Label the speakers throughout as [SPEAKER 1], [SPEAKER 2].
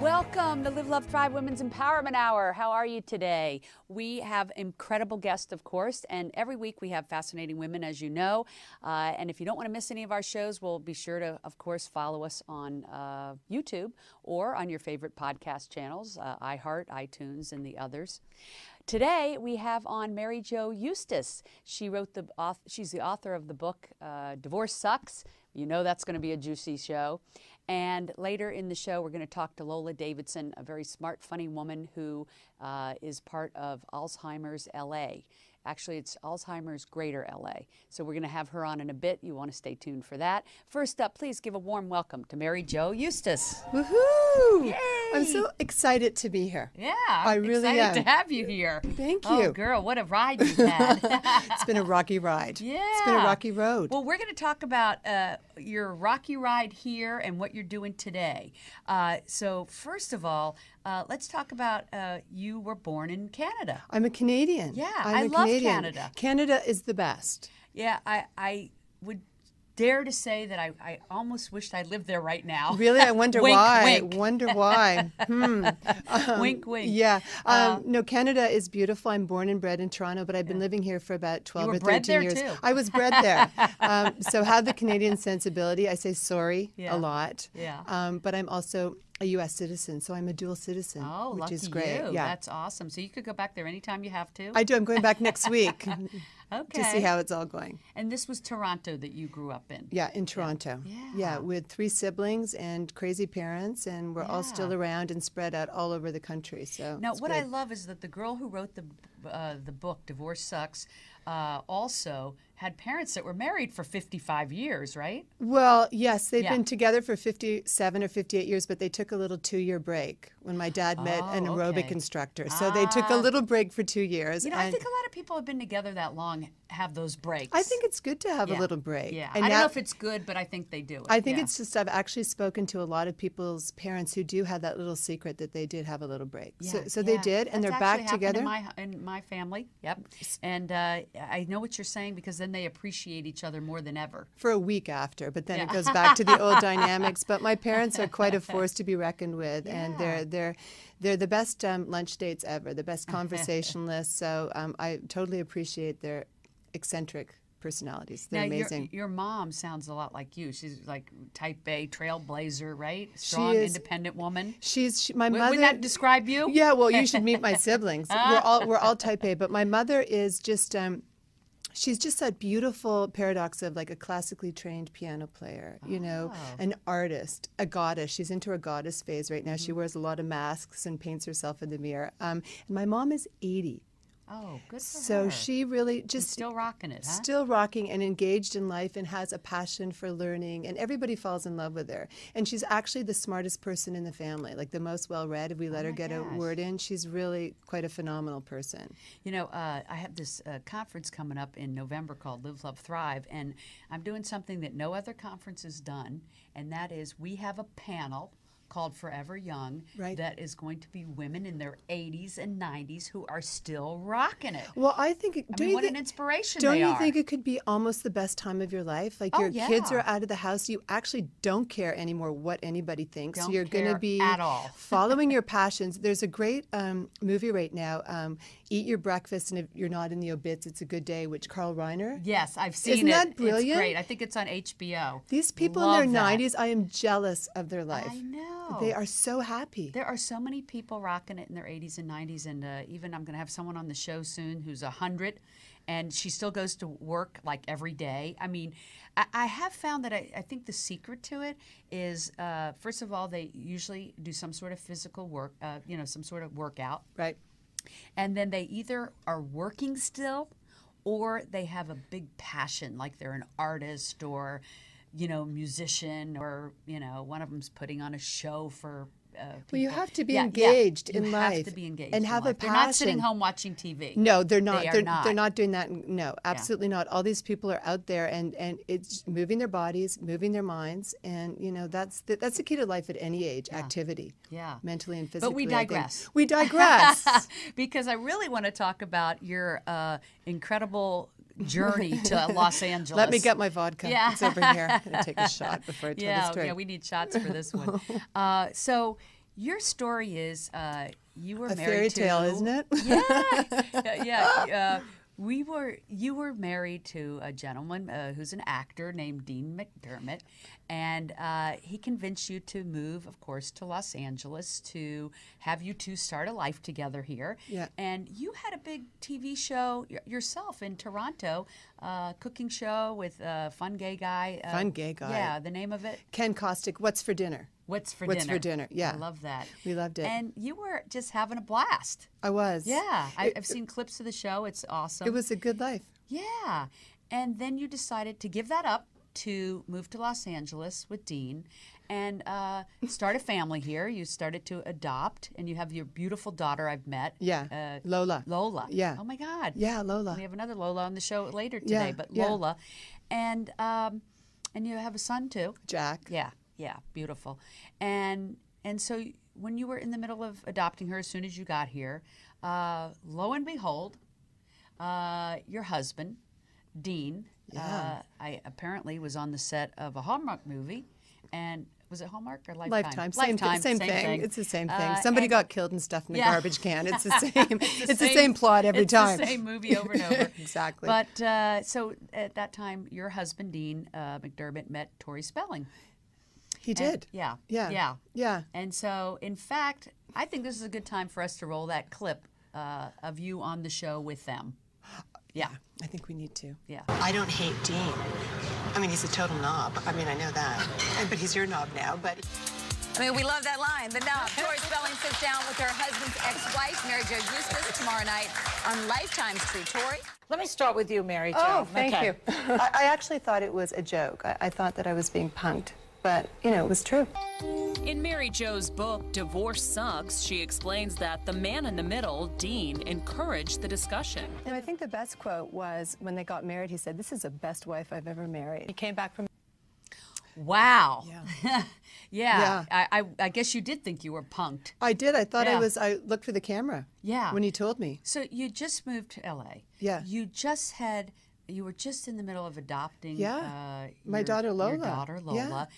[SPEAKER 1] Welcome to Live, Love, Thrive Women's Empowerment Hour. How are you today? We have incredible guests, of course, and every week we have fascinating women, as you know. Uh, and if you don't want to miss any of our shows, we'll be sure to, of course, follow us on uh, YouTube or on your favorite podcast channels, uh, iHeart, iTunes, and the others. Today we have on Mary Jo Eustace. She wrote the auth- she's the author of the book uh, Divorce Sucks. You know that's going to be a juicy show. And later in the show, we're going to talk to Lola Davidson, a very smart, funny woman who uh, is part of Alzheimer's LA. Actually, it's Alzheimer's Greater LA. So we're going to have her on in a bit. You want to stay tuned for that. First up, please give a warm welcome to Mary Jo Eustace.
[SPEAKER 2] Woohoo! I'm so excited to be here.
[SPEAKER 1] Yeah,
[SPEAKER 2] I really
[SPEAKER 1] excited
[SPEAKER 2] am.
[SPEAKER 1] to have you here.
[SPEAKER 2] Thank
[SPEAKER 1] Oh,
[SPEAKER 2] you.
[SPEAKER 1] girl, what a ride you've had.
[SPEAKER 2] It's been a rocky ride.
[SPEAKER 1] yeah.
[SPEAKER 2] It's been a rocky road.
[SPEAKER 1] Well, we're going to talk about uh, your rocky ride here and what you're doing today. Uh, so, first of all, uh, let's talk about uh, you were born in Canada.
[SPEAKER 2] I'm a Canadian.
[SPEAKER 1] Yeah,
[SPEAKER 2] I'm
[SPEAKER 1] I
[SPEAKER 2] a
[SPEAKER 1] love
[SPEAKER 2] Canadian.
[SPEAKER 1] Canada.
[SPEAKER 2] Canada is the best.
[SPEAKER 1] Yeah, I, I would dare to say that I, I almost wished I lived there right now.
[SPEAKER 2] Really, I wonder
[SPEAKER 1] Wink,
[SPEAKER 2] why.
[SPEAKER 1] wink.
[SPEAKER 2] Wonder why. hmm.
[SPEAKER 1] wink, wink.
[SPEAKER 2] Yeah. Um,
[SPEAKER 1] Uh,
[SPEAKER 2] no, Canada is beautiful. I'm born and bred in Toronto, but I've been living here for about 12
[SPEAKER 1] were
[SPEAKER 2] or 13
[SPEAKER 1] bred there,
[SPEAKER 2] years.
[SPEAKER 1] too.
[SPEAKER 2] I was bred there. um, so have the Canadian sensibility. I say sorry
[SPEAKER 1] Yeah.
[SPEAKER 2] a lot.
[SPEAKER 1] Yeah.
[SPEAKER 2] Um, but I'm also a U.S. citizen, so I'm a dual citizen,
[SPEAKER 1] Oh,
[SPEAKER 2] which
[SPEAKER 1] lucky
[SPEAKER 2] is great.
[SPEAKER 1] you.
[SPEAKER 2] Yeah.
[SPEAKER 1] That's awesome. So you could go back there anytime you have to.
[SPEAKER 2] I do. I'm going back next week
[SPEAKER 1] okay.
[SPEAKER 2] to see how it's all going.
[SPEAKER 1] and this was Toronto that you grew up in.
[SPEAKER 2] Yeah, in Toronto.
[SPEAKER 1] Yeah.
[SPEAKER 2] with three siblings and crazy parents, and we're all still
[SPEAKER 1] Yeah.
[SPEAKER 2] around and spread out all over the country. So
[SPEAKER 1] Now,
[SPEAKER 2] it's
[SPEAKER 1] what I
[SPEAKER 2] good.
[SPEAKER 1] love is that the girl who wrote the uh, the book "Divorce Sucks" uh, also had parents that were married for 55 years, right?
[SPEAKER 2] well, yes, they've
[SPEAKER 1] Yeah.
[SPEAKER 2] been together for 57 or 58 years, but they took a little two-year break when my dad met an
[SPEAKER 1] Oh,
[SPEAKER 2] aerobic
[SPEAKER 1] okay.
[SPEAKER 2] instructor. So they took a little break for two years.
[SPEAKER 1] You know, I
[SPEAKER 2] and
[SPEAKER 1] think a lot of people have been together that long have those breaks.
[SPEAKER 2] I think it's good to have
[SPEAKER 1] Yeah.
[SPEAKER 2] a little break.
[SPEAKER 1] Yeah,
[SPEAKER 2] And
[SPEAKER 1] I don't know
[SPEAKER 2] now-
[SPEAKER 1] if it's good, but I think they do. It.
[SPEAKER 2] I think
[SPEAKER 1] Yeah.
[SPEAKER 2] it's just I've actually spoken to a lot of people's parents who do have that little secret that they did have a little break.
[SPEAKER 1] Yeah,
[SPEAKER 2] so so they
[SPEAKER 1] yeah.
[SPEAKER 2] did, and
[SPEAKER 1] That's
[SPEAKER 2] they're
[SPEAKER 1] actually
[SPEAKER 2] back
[SPEAKER 1] happened
[SPEAKER 2] together.
[SPEAKER 1] In my, in my family, yep. And uh, I know what you're saying because then they appreciate each other more than ever.
[SPEAKER 2] for a week after, but then it goes back to the old dynamics. But my parents are quite a force to be reckoned with, and they're they're they're the best um, lunch dates ever, the best conversationalists. so um, I totally appreciate their eccentric personalities. They're
[SPEAKER 1] Now, your-
[SPEAKER 2] amazing.
[SPEAKER 1] Your, mom sounds a lot like you. She's like type A trailblazer, right?
[SPEAKER 2] She
[SPEAKER 1] Strong,
[SPEAKER 2] is.
[SPEAKER 1] independent woman.
[SPEAKER 2] She's she, my
[SPEAKER 1] Would-
[SPEAKER 2] mother.
[SPEAKER 1] Would that describe you?
[SPEAKER 2] Yeah, well, you should meet my siblings. we're all we're all type A, but my mother is just um, she's just that beautiful paradox of like a classically trained piano player, you know, an artist, a goddess. She's into her goddess phase right now. She wears a lot of masks and paints herself in the mirror. Um, and my mom is eighty,
[SPEAKER 1] Oh, good for
[SPEAKER 2] so
[SPEAKER 1] her.
[SPEAKER 2] she really just
[SPEAKER 1] still rocking it, huh?
[SPEAKER 2] still rocking and engaged in life and has a passion for learning and everybody falls in love with her and she's actually the smartest person in the family like the most well read if we
[SPEAKER 1] Oh
[SPEAKER 2] let her get a word in she's really quite a phenomenal person
[SPEAKER 1] You know, uh, I have this uh, conference coming up in November called Live, Love, Thrive, and I'm doing something that no other conference has done, and that is we have a panel called Forever Young
[SPEAKER 2] Right.
[SPEAKER 1] that is going to be women in their 80s and 90s who are still rocking it.
[SPEAKER 2] well i think
[SPEAKER 1] I
[SPEAKER 2] do
[SPEAKER 1] mean,
[SPEAKER 2] you
[SPEAKER 1] what
[SPEAKER 2] thi-
[SPEAKER 1] an inspiration
[SPEAKER 2] don't
[SPEAKER 1] they
[SPEAKER 2] you
[SPEAKER 1] are.
[SPEAKER 2] think it could be almost the best time of your life like
[SPEAKER 1] Oh,
[SPEAKER 2] your kids
[SPEAKER 1] yeah.
[SPEAKER 2] are out of the house you actually don't care anymore what anybody thinks
[SPEAKER 1] Don't
[SPEAKER 2] you're going
[SPEAKER 1] care
[SPEAKER 2] to be
[SPEAKER 1] at all.
[SPEAKER 2] following your passions there's a great um, movie right now um, eat your breakfast and if you're not in the obits it's a good day which carl reiner
[SPEAKER 1] Yes, I've seen
[SPEAKER 2] Isn't
[SPEAKER 1] it.
[SPEAKER 2] that
[SPEAKER 1] It's
[SPEAKER 2] brilliant?
[SPEAKER 1] great. I think it's on HBO.
[SPEAKER 2] These people
[SPEAKER 1] Love
[SPEAKER 2] in their
[SPEAKER 1] that.
[SPEAKER 2] 90s, I am jealous of their life.
[SPEAKER 1] I know.
[SPEAKER 2] They are so happy.
[SPEAKER 1] There are so many people rocking it in their 80s and 90s, and uh, even I'm going to have someone on the show soon who's 100, and she still goes to work like every day. I mean, I, I have found that I, I think the secret to it is, uh, first of all, they usually do some sort of physical work, uh, you know, some sort of workout,
[SPEAKER 2] right.
[SPEAKER 1] and then they either are working still or they have a big passion like they're an artist or you know musician or you know one of them's putting on a show for uh,
[SPEAKER 2] Well, you
[SPEAKER 1] people.
[SPEAKER 2] have to be
[SPEAKER 1] Yeah, yeah.
[SPEAKER 2] engaged in
[SPEAKER 1] you
[SPEAKER 2] life.
[SPEAKER 1] have to be engaged
[SPEAKER 2] and
[SPEAKER 1] in
[SPEAKER 2] have
[SPEAKER 1] life.
[SPEAKER 2] a
[SPEAKER 1] They're
[SPEAKER 2] passion.
[SPEAKER 1] not sitting home watching TV.
[SPEAKER 2] No, they're not.
[SPEAKER 1] They are
[SPEAKER 2] they're,
[SPEAKER 1] not.
[SPEAKER 2] they're not doing that. No, absolutely not. All these people are out there, and and it's moving their bodies, moving their minds, and you know that's the, that's the key to life at any age: activity,
[SPEAKER 1] Yeah.
[SPEAKER 2] mentally and
[SPEAKER 1] But
[SPEAKER 2] physically.
[SPEAKER 1] we
[SPEAKER 2] I think.
[SPEAKER 1] digress.
[SPEAKER 2] We digress.
[SPEAKER 1] because I really want to talk about your uh, incredible journey to Los Angeles.
[SPEAKER 2] Let me get my vodka.
[SPEAKER 1] Yeah.
[SPEAKER 2] It's over here. I'm gonna take a shot before I tell
[SPEAKER 1] yeah,
[SPEAKER 2] the story.
[SPEAKER 1] yeah, we need shots for this one. Uh, so your story is uh, you were
[SPEAKER 2] a
[SPEAKER 1] married
[SPEAKER 2] fairy tale,
[SPEAKER 1] to,
[SPEAKER 2] isn't it?
[SPEAKER 1] yeah, yeah. Uh, we were you were married to a gentleman uh, who's an actor named Dean McDermott, and uh, he convinced you to move, of course, to Los Angeles to have you two start a life together here.
[SPEAKER 2] Yeah.
[SPEAKER 1] And you had a big TV show y- yourself in Toronto, uh, cooking show with a fun gay guy. Uh,
[SPEAKER 2] Fun gay guy.
[SPEAKER 1] Yeah, the name of it.
[SPEAKER 2] Ken Kostick, what's for dinner?
[SPEAKER 1] What's for
[SPEAKER 2] What's
[SPEAKER 1] dinner?
[SPEAKER 2] for dinner, yeah.
[SPEAKER 1] I love that.
[SPEAKER 2] We loved it.
[SPEAKER 1] And you were just having a blast.
[SPEAKER 2] I was.
[SPEAKER 1] Yeah, I, I've seen clips of the show. It's awesome.
[SPEAKER 2] It was a good life.
[SPEAKER 1] yeah, and then you decided to give that up to move to Los Angeles with Dean and uh, start a family here. You started to adopt, and you have your beautiful daughter I've met.
[SPEAKER 2] Yeah. Lola.
[SPEAKER 1] Uh, Lola.
[SPEAKER 2] Yeah.
[SPEAKER 1] Oh my God.
[SPEAKER 2] Yeah, Lola.
[SPEAKER 1] We have another Lola on the show later
[SPEAKER 2] Yeah,
[SPEAKER 1] today, but
[SPEAKER 2] yeah.
[SPEAKER 1] Lola, and um, and you have a son too.
[SPEAKER 2] Jack.
[SPEAKER 1] Yeah, yeah, beautiful. And and so y- when you were in the middle of adopting her, as soon as you got here, uh, lo and behold, uh, your husband, Dean, uh, I apparently was on the set of a Hallmark movie, and was it Hallmark or Lifetime?
[SPEAKER 2] Lifetime, same, thi-
[SPEAKER 1] Lifetime, Uh,
[SPEAKER 2] same, thing. It's the same thing. Somebody
[SPEAKER 1] got.
[SPEAKER 2] got killed and stuffed in a
[SPEAKER 1] Yeah.
[SPEAKER 2] garbage can. It's the same. it's, the same, plot every
[SPEAKER 1] it's
[SPEAKER 2] time.
[SPEAKER 1] the same movie over and over.
[SPEAKER 2] Exactly.
[SPEAKER 1] But uh, so at that time, your husband Dean uh, McDermott met Tori Spelling.
[SPEAKER 2] He did.
[SPEAKER 1] Yeah.
[SPEAKER 2] Yeah.
[SPEAKER 1] Yeah.
[SPEAKER 2] Yeah.
[SPEAKER 1] And so, in fact, I think this is a good time for us to roll that clip uh, of you on the show with them. Yeah.
[SPEAKER 2] I think we need to.
[SPEAKER 1] Yeah.
[SPEAKER 3] I don't hate Dean. I mean, he's a total knob. I mean, I know that. And- But he's your knob now. But
[SPEAKER 4] I mean, we love that line. The knob. Tori Spelling sits down with her husband's ex-wife, Mary Jo Eustace, tomorrow night on Lifetime's True Tori.
[SPEAKER 5] Let me start with you, Mary Jo.
[SPEAKER 3] Oh,
[SPEAKER 5] Okay.
[SPEAKER 3] I, I actually thought it was a joke. I, I thought that I was being punked. But, you know, it was true.
[SPEAKER 6] In Mary Jo's book, Divorce Sucks, she explains that the man in the middle, Dean, encouraged the discussion.
[SPEAKER 3] And I think the best quote was when they got married, he said, This is the best wife I've ever married. He came back from
[SPEAKER 1] Wow. Yeah.
[SPEAKER 2] Yeah.
[SPEAKER 1] I, I, I guess you did think you were punked.
[SPEAKER 2] I did. I thought
[SPEAKER 1] Yeah.
[SPEAKER 2] I was. I looked for the camera.
[SPEAKER 1] Yeah.
[SPEAKER 2] When he told me.
[SPEAKER 1] So you just moved to LA.
[SPEAKER 2] Yeah.
[SPEAKER 1] You just had you were just in the middle of adopting
[SPEAKER 2] Yeah.
[SPEAKER 1] uh,
[SPEAKER 2] My
[SPEAKER 1] your-
[SPEAKER 2] daughter
[SPEAKER 1] Your
[SPEAKER 2] Lola.
[SPEAKER 1] daughter
[SPEAKER 2] Yeah.
[SPEAKER 1] Lola.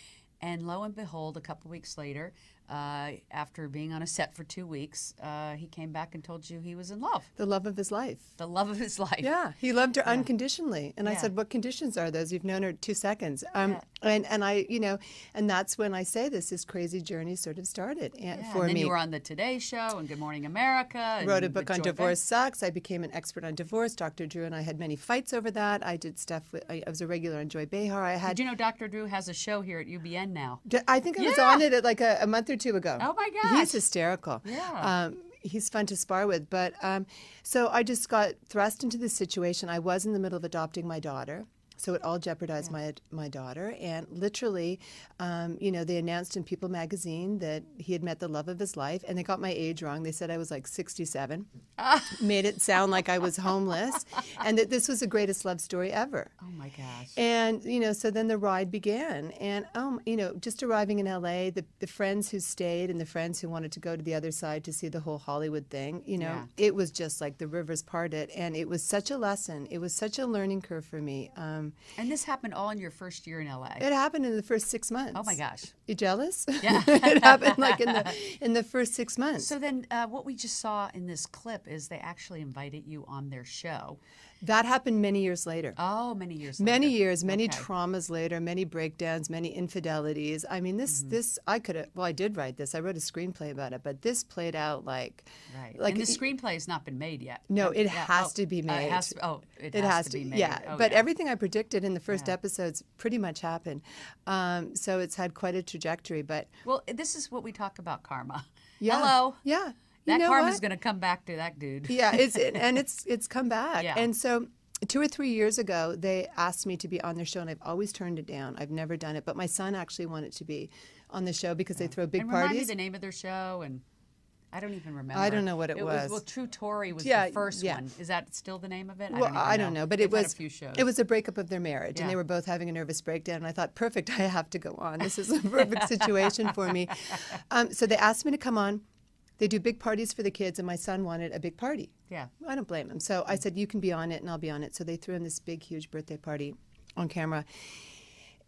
[SPEAKER 1] And lo and behold, a couple weeks later, uh, after being on a set for two weeks, uh, he came back and told you he was in love,
[SPEAKER 2] The love of his life.
[SPEAKER 1] the love of his life.
[SPEAKER 2] Yeah, he loved her unconditionally, and I
[SPEAKER 1] Yeah.
[SPEAKER 2] said, "What conditions are those? You've known her two seconds." Um, And and I, you know, and that's when I say this this crazy journey sort of started and,
[SPEAKER 1] Yeah,
[SPEAKER 2] for
[SPEAKER 1] and then
[SPEAKER 2] me.
[SPEAKER 1] you were on the Today Show and Good Morning America. And
[SPEAKER 2] wrote a
[SPEAKER 1] with
[SPEAKER 2] book on
[SPEAKER 1] Joy Behn-
[SPEAKER 2] divorce sucks. I became an expert on divorce. Dr. Drew and I had many fights over that. I did stuff with. I, I was a regular on Joy Behar. I had.
[SPEAKER 1] Did you know Dr. Drew has a show here at UBN now? Oh
[SPEAKER 2] D- I think I was
[SPEAKER 1] Yeah.
[SPEAKER 2] on it at like a, a month or two ago.
[SPEAKER 1] Oh my gosh.
[SPEAKER 2] He's hysterical.
[SPEAKER 1] Yeah.
[SPEAKER 2] Um, he's fun to spar with. But um, so I just got thrust into this situation. I was in the middle of adopting my daughter. So it all jeopardized my my daughter, and literally, um, you know, they announced in People magazine that he had met the love of his life, and they got my age wrong. They said I was like sixty-seven,
[SPEAKER 1] Ah.
[SPEAKER 2] made it sound like I was homeless, and that this was the greatest love story ever.
[SPEAKER 1] Oh my gosh.
[SPEAKER 2] And you know, so then the ride began, and um, you know, just arriving in LA, the, the friends who stayed and the friends who wanted to go to the other side to see the whole Hollywood thing, you know, it was just like the rivers parted, and it was such a lesson. It was such a learning curve for me. Um,
[SPEAKER 1] And this happened all in your first year in LA.
[SPEAKER 2] it happened in the first six months.
[SPEAKER 1] oh my gosh.
[SPEAKER 2] You jealous? Yeah, it happened like in the in the first six months.
[SPEAKER 1] So then, uh, what we just saw in this clip is they actually invited you on their show.
[SPEAKER 2] that happened many years later.
[SPEAKER 1] Oh, many years.
[SPEAKER 2] many
[SPEAKER 1] later.
[SPEAKER 2] years many
[SPEAKER 1] Okay.
[SPEAKER 2] traumas later many breakdowns many infidelities i mean this
[SPEAKER 1] Mm-hmm.
[SPEAKER 2] this i could have well i did write this i wrote a screenplay about it but this played out like
[SPEAKER 1] Right.
[SPEAKER 2] like
[SPEAKER 1] and the
[SPEAKER 2] it-
[SPEAKER 1] screenplay has not been made yet.
[SPEAKER 2] no,
[SPEAKER 1] Yeah,
[SPEAKER 2] it
[SPEAKER 1] yeah,
[SPEAKER 2] has
[SPEAKER 1] oh,
[SPEAKER 2] to be
[SPEAKER 1] uh,
[SPEAKER 2] made.
[SPEAKER 1] it has to, oh, it, has, to be made.
[SPEAKER 2] Yeah,
[SPEAKER 1] Oh,
[SPEAKER 2] but
[SPEAKER 1] yeah.
[SPEAKER 2] everything I predicted in the first episodes pretty much happened. Um, so it's had quite a trajectory. But
[SPEAKER 1] Well, this is what we talk about karma.
[SPEAKER 2] yeah,
[SPEAKER 1] Hello.
[SPEAKER 2] yeah, you
[SPEAKER 1] That
[SPEAKER 2] know
[SPEAKER 1] karma's
[SPEAKER 2] what?
[SPEAKER 1] going to come back to that dude.
[SPEAKER 2] yeah it's it, and it's it's come back
[SPEAKER 1] Yeah.
[SPEAKER 2] and so two or three years ago, they asked me to be on their show, and I've always turned it down. I've never done it, but my son actually wanted to be on the show because they throw big
[SPEAKER 1] And remind me
[SPEAKER 2] parties.
[SPEAKER 1] the name of their show and. I don't even remember.
[SPEAKER 2] I don't know what it was.
[SPEAKER 1] Well, True Tory was
[SPEAKER 2] Yeah,
[SPEAKER 1] the first
[SPEAKER 2] yeah.
[SPEAKER 1] one. Is that still the name of it?
[SPEAKER 2] Well,
[SPEAKER 1] even
[SPEAKER 2] I don't know, but it
[SPEAKER 1] They've had
[SPEAKER 2] was
[SPEAKER 1] a few shows.
[SPEAKER 2] it was a breakup of their marriage, and
[SPEAKER 1] Yeah.
[SPEAKER 2] they were both having a nervous breakdown. And I thought, perfect, I have to go on. This is a perfect situation for me. Um, so they asked me to come on. They do big parties for the kids, and my son wanted a big party.
[SPEAKER 1] Yeah.
[SPEAKER 2] I don't blame him. So I said, you can be on it, and I'll be on it. So they threw in this big, huge birthday party on camera.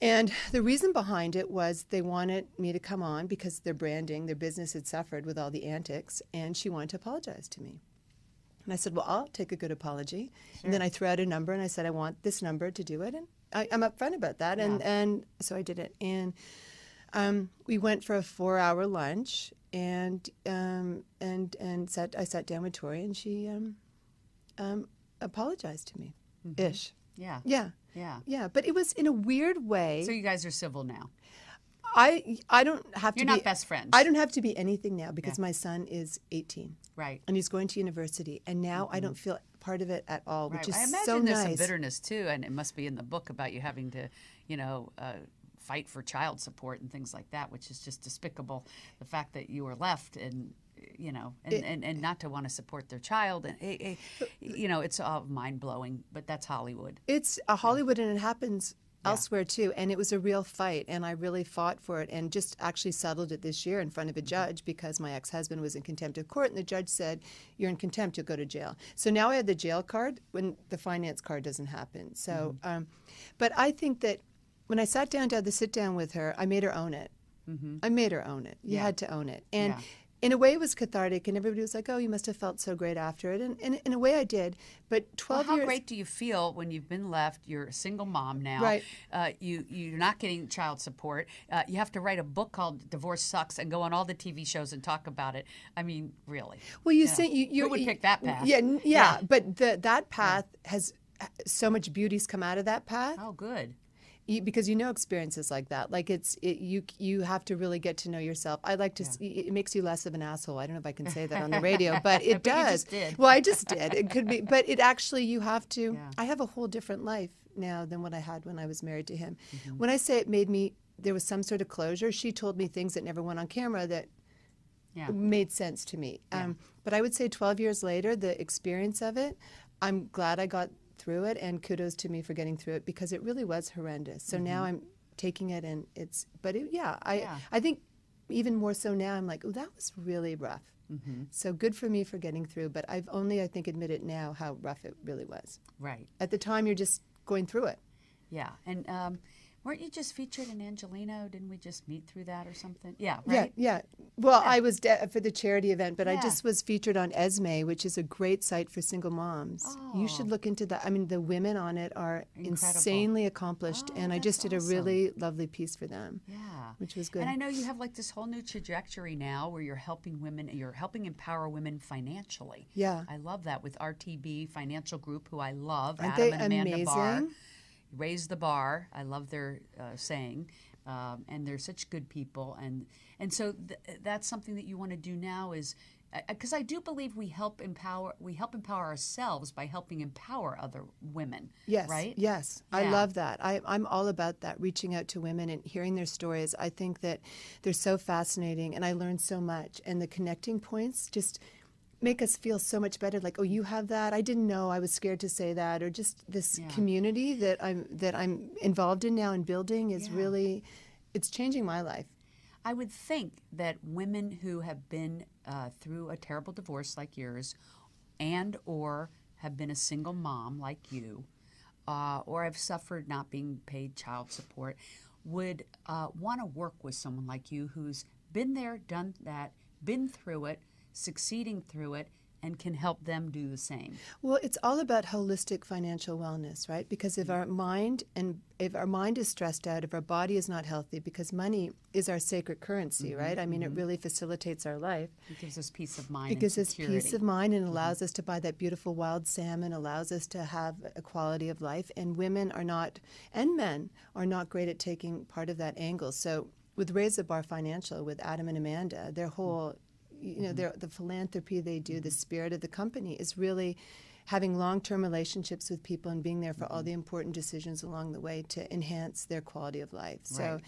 [SPEAKER 2] And the reason behind it was they wanted me to come on because their branding, their business had suffered with all the antics, and she wanted to apologize to me. And I said, Well, I'll take a good apology. And then I threw out a number and I said, I want this number to do it. And I, I'm upfront about that. And, and so I did it. And um, we went for a four hour lunch. And um, and and sat, I sat down with Tori and she um, um, apologized to me, ish.
[SPEAKER 1] Yeah.
[SPEAKER 2] Yeah,
[SPEAKER 1] Mm-hmm. Yeah.
[SPEAKER 2] yeah. But it was in a weird way.
[SPEAKER 1] So you guys are civil now.
[SPEAKER 2] I I don't have to.
[SPEAKER 1] You're not
[SPEAKER 2] be-
[SPEAKER 1] best friends.
[SPEAKER 2] I don't have to be anything now because my son is 18,
[SPEAKER 1] Right. Mm-hmm.
[SPEAKER 2] and he's going to university, and now I don't feel part of it at all,
[SPEAKER 1] Right.
[SPEAKER 2] which is
[SPEAKER 1] I imagine
[SPEAKER 2] so
[SPEAKER 1] there's
[SPEAKER 2] nice.
[SPEAKER 1] some bitterness too, and it must be in the book about you having to, you know, uh, fight for child support and things like that, which is just despicable. The fact that you were left and you know and, and, and not to want to support their child and eh, eh, you know it's all mind blowing but that's hollywood
[SPEAKER 2] It's a Hollywood, and it happens elsewhere too. And it was a real fight, and I really fought for it, and just actually settled it this year in front of
[SPEAKER 1] Mm-hmm.
[SPEAKER 2] a judge because my ex-husband was in contempt of court, and the judge said, "You're in contempt. You'll go to jail." So now I had the jail card when the finance card doesn't happen. So,
[SPEAKER 1] Mm-hmm.
[SPEAKER 2] um, but I think that when I sat down to have the sit down with her, I made her own it.
[SPEAKER 1] Mm-hmm.
[SPEAKER 2] I made her own it. You had to own it, and. In a way, it was cathartic, and everybody was like, "Oh, you must have felt so great after it." And, and in a way, I did. But
[SPEAKER 1] Well,
[SPEAKER 2] twelve
[SPEAKER 1] how
[SPEAKER 2] years.
[SPEAKER 1] great do you feel when you've been left? You're a single mom now.
[SPEAKER 2] Right.
[SPEAKER 1] Uh, you you're not getting child support. Uh, you have to write a book called "Divorce Sucks" and go on all the TV shows and talk about it. I mean, really.
[SPEAKER 2] Well, you think you, you
[SPEAKER 1] would
[SPEAKER 2] you-
[SPEAKER 1] pick that path?
[SPEAKER 2] Yeah, n- yeah, but the, that path has uh, so much beauty's come out of that path
[SPEAKER 1] Oh, good.
[SPEAKER 2] you, because you know experiences like that. Like it's it, you you have to really get to know yourself. I like to. s- It it makes you less of an asshole. I don't know if I can say that on the radio, but it
[SPEAKER 1] you
[SPEAKER 2] does.
[SPEAKER 1] just did.
[SPEAKER 2] Well, I just did. It could be, but it actually you have to. I have a whole different life now than what I had when I was married to him.
[SPEAKER 1] Mm-hmm.
[SPEAKER 2] When I say it made me, there was some sort of closure. She told me things that never went on camera that
[SPEAKER 1] Yeah.
[SPEAKER 2] made sense to me. Um, but I would say 12 years later, the experience of it, I'm glad I got through it, and kudos to me for getting through it because it really was horrendous. So now I'm taking it, and it's. But it, yeah, I I think even more so now I'm like, oh, that was really rough. So good for me for getting through. But I've only I think admitted now how rough it really was.
[SPEAKER 1] Right.
[SPEAKER 2] At the time, you're just going through it.
[SPEAKER 1] Yeah. And um, weren't you just featured in Angelino? Didn't we just meet through that or something? Yeah.
[SPEAKER 2] Yeah,
[SPEAKER 1] Right.
[SPEAKER 2] yeah. Well, I was de- for the charity event, but
[SPEAKER 1] Yeah.
[SPEAKER 2] I just was featured on Esme, which is a great site for single moms. You should
[SPEAKER 1] Oh.
[SPEAKER 2] look into that. I mean, the women on it are insanely accomplished, and
[SPEAKER 1] Oh,
[SPEAKER 2] I just did a really lovely piece for them.
[SPEAKER 1] Yeah.
[SPEAKER 2] Which was good.
[SPEAKER 1] And I know you have like this whole new trajectory now where you're helping women, you're helping empower women financially.
[SPEAKER 2] Yeah.
[SPEAKER 1] I love that with RTB Financial Group, who I love.
[SPEAKER 2] Aren't
[SPEAKER 1] Adam
[SPEAKER 2] they
[SPEAKER 1] and Amanda Barr.
[SPEAKER 2] amazing?
[SPEAKER 1] Raise the bar. I love their uh, saying. Um, and they're such good people. And, and so th- that's something that you want to do now is because I do believe we help empower we help empower ourselves by helping empower other women.
[SPEAKER 2] Yes.
[SPEAKER 1] Right?
[SPEAKER 2] Yes.
[SPEAKER 1] Yeah.
[SPEAKER 2] I love that. I, I'm all about that, reaching out to women and hearing their stories. I think that they're so fascinating and I learn so much. And the connecting points just make us feel so much better. Like, oh, you have that? I didn't know I was scared to say that. Or just this community that I'm that I'm involved in now and building is really it's changing my life.
[SPEAKER 1] I would think that women who have been uh, through a terrible divorce like yours, and or have been a single mom like you, uh, or have suffered not being paid child support, would uh, want to work with someone like you who's been there, done that, been through it, succeeding through it, and can help them do the same.
[SPEAKER 2] Well, it's all about holistic financial wellness, right? Because if our mind and if our mind is stressed out, if our body is not healthy, because money is our sacred currency, right? I mean, it really facilitates our life.
[SPEAKER 1] It gives us peace of mind.
[SPEAKER 2] It gives
[SPEAKER 1] and
[SPEAKER 2] us
[SPEAKER 1] security. Mm-hmm.
[SPEAKER 2] peace of mind and allows us to buy that beautiful wild salmon, allows us to have a quality of life. And women are not, and men are not great at taking part of that angle. So with Raise the Bar Financial, with Adam and Amanda,
[SPEAKER 1] Mm-hmm.
[SPEAKER 2] their whole, you know, their, the philanthropy they do, the spirit of the company is really having long term relationships with people and being there for
[SPEAKER 1] Mm-hmm.
[SPEAKER 2] all the important decisions along the way to enhance their quality of life. So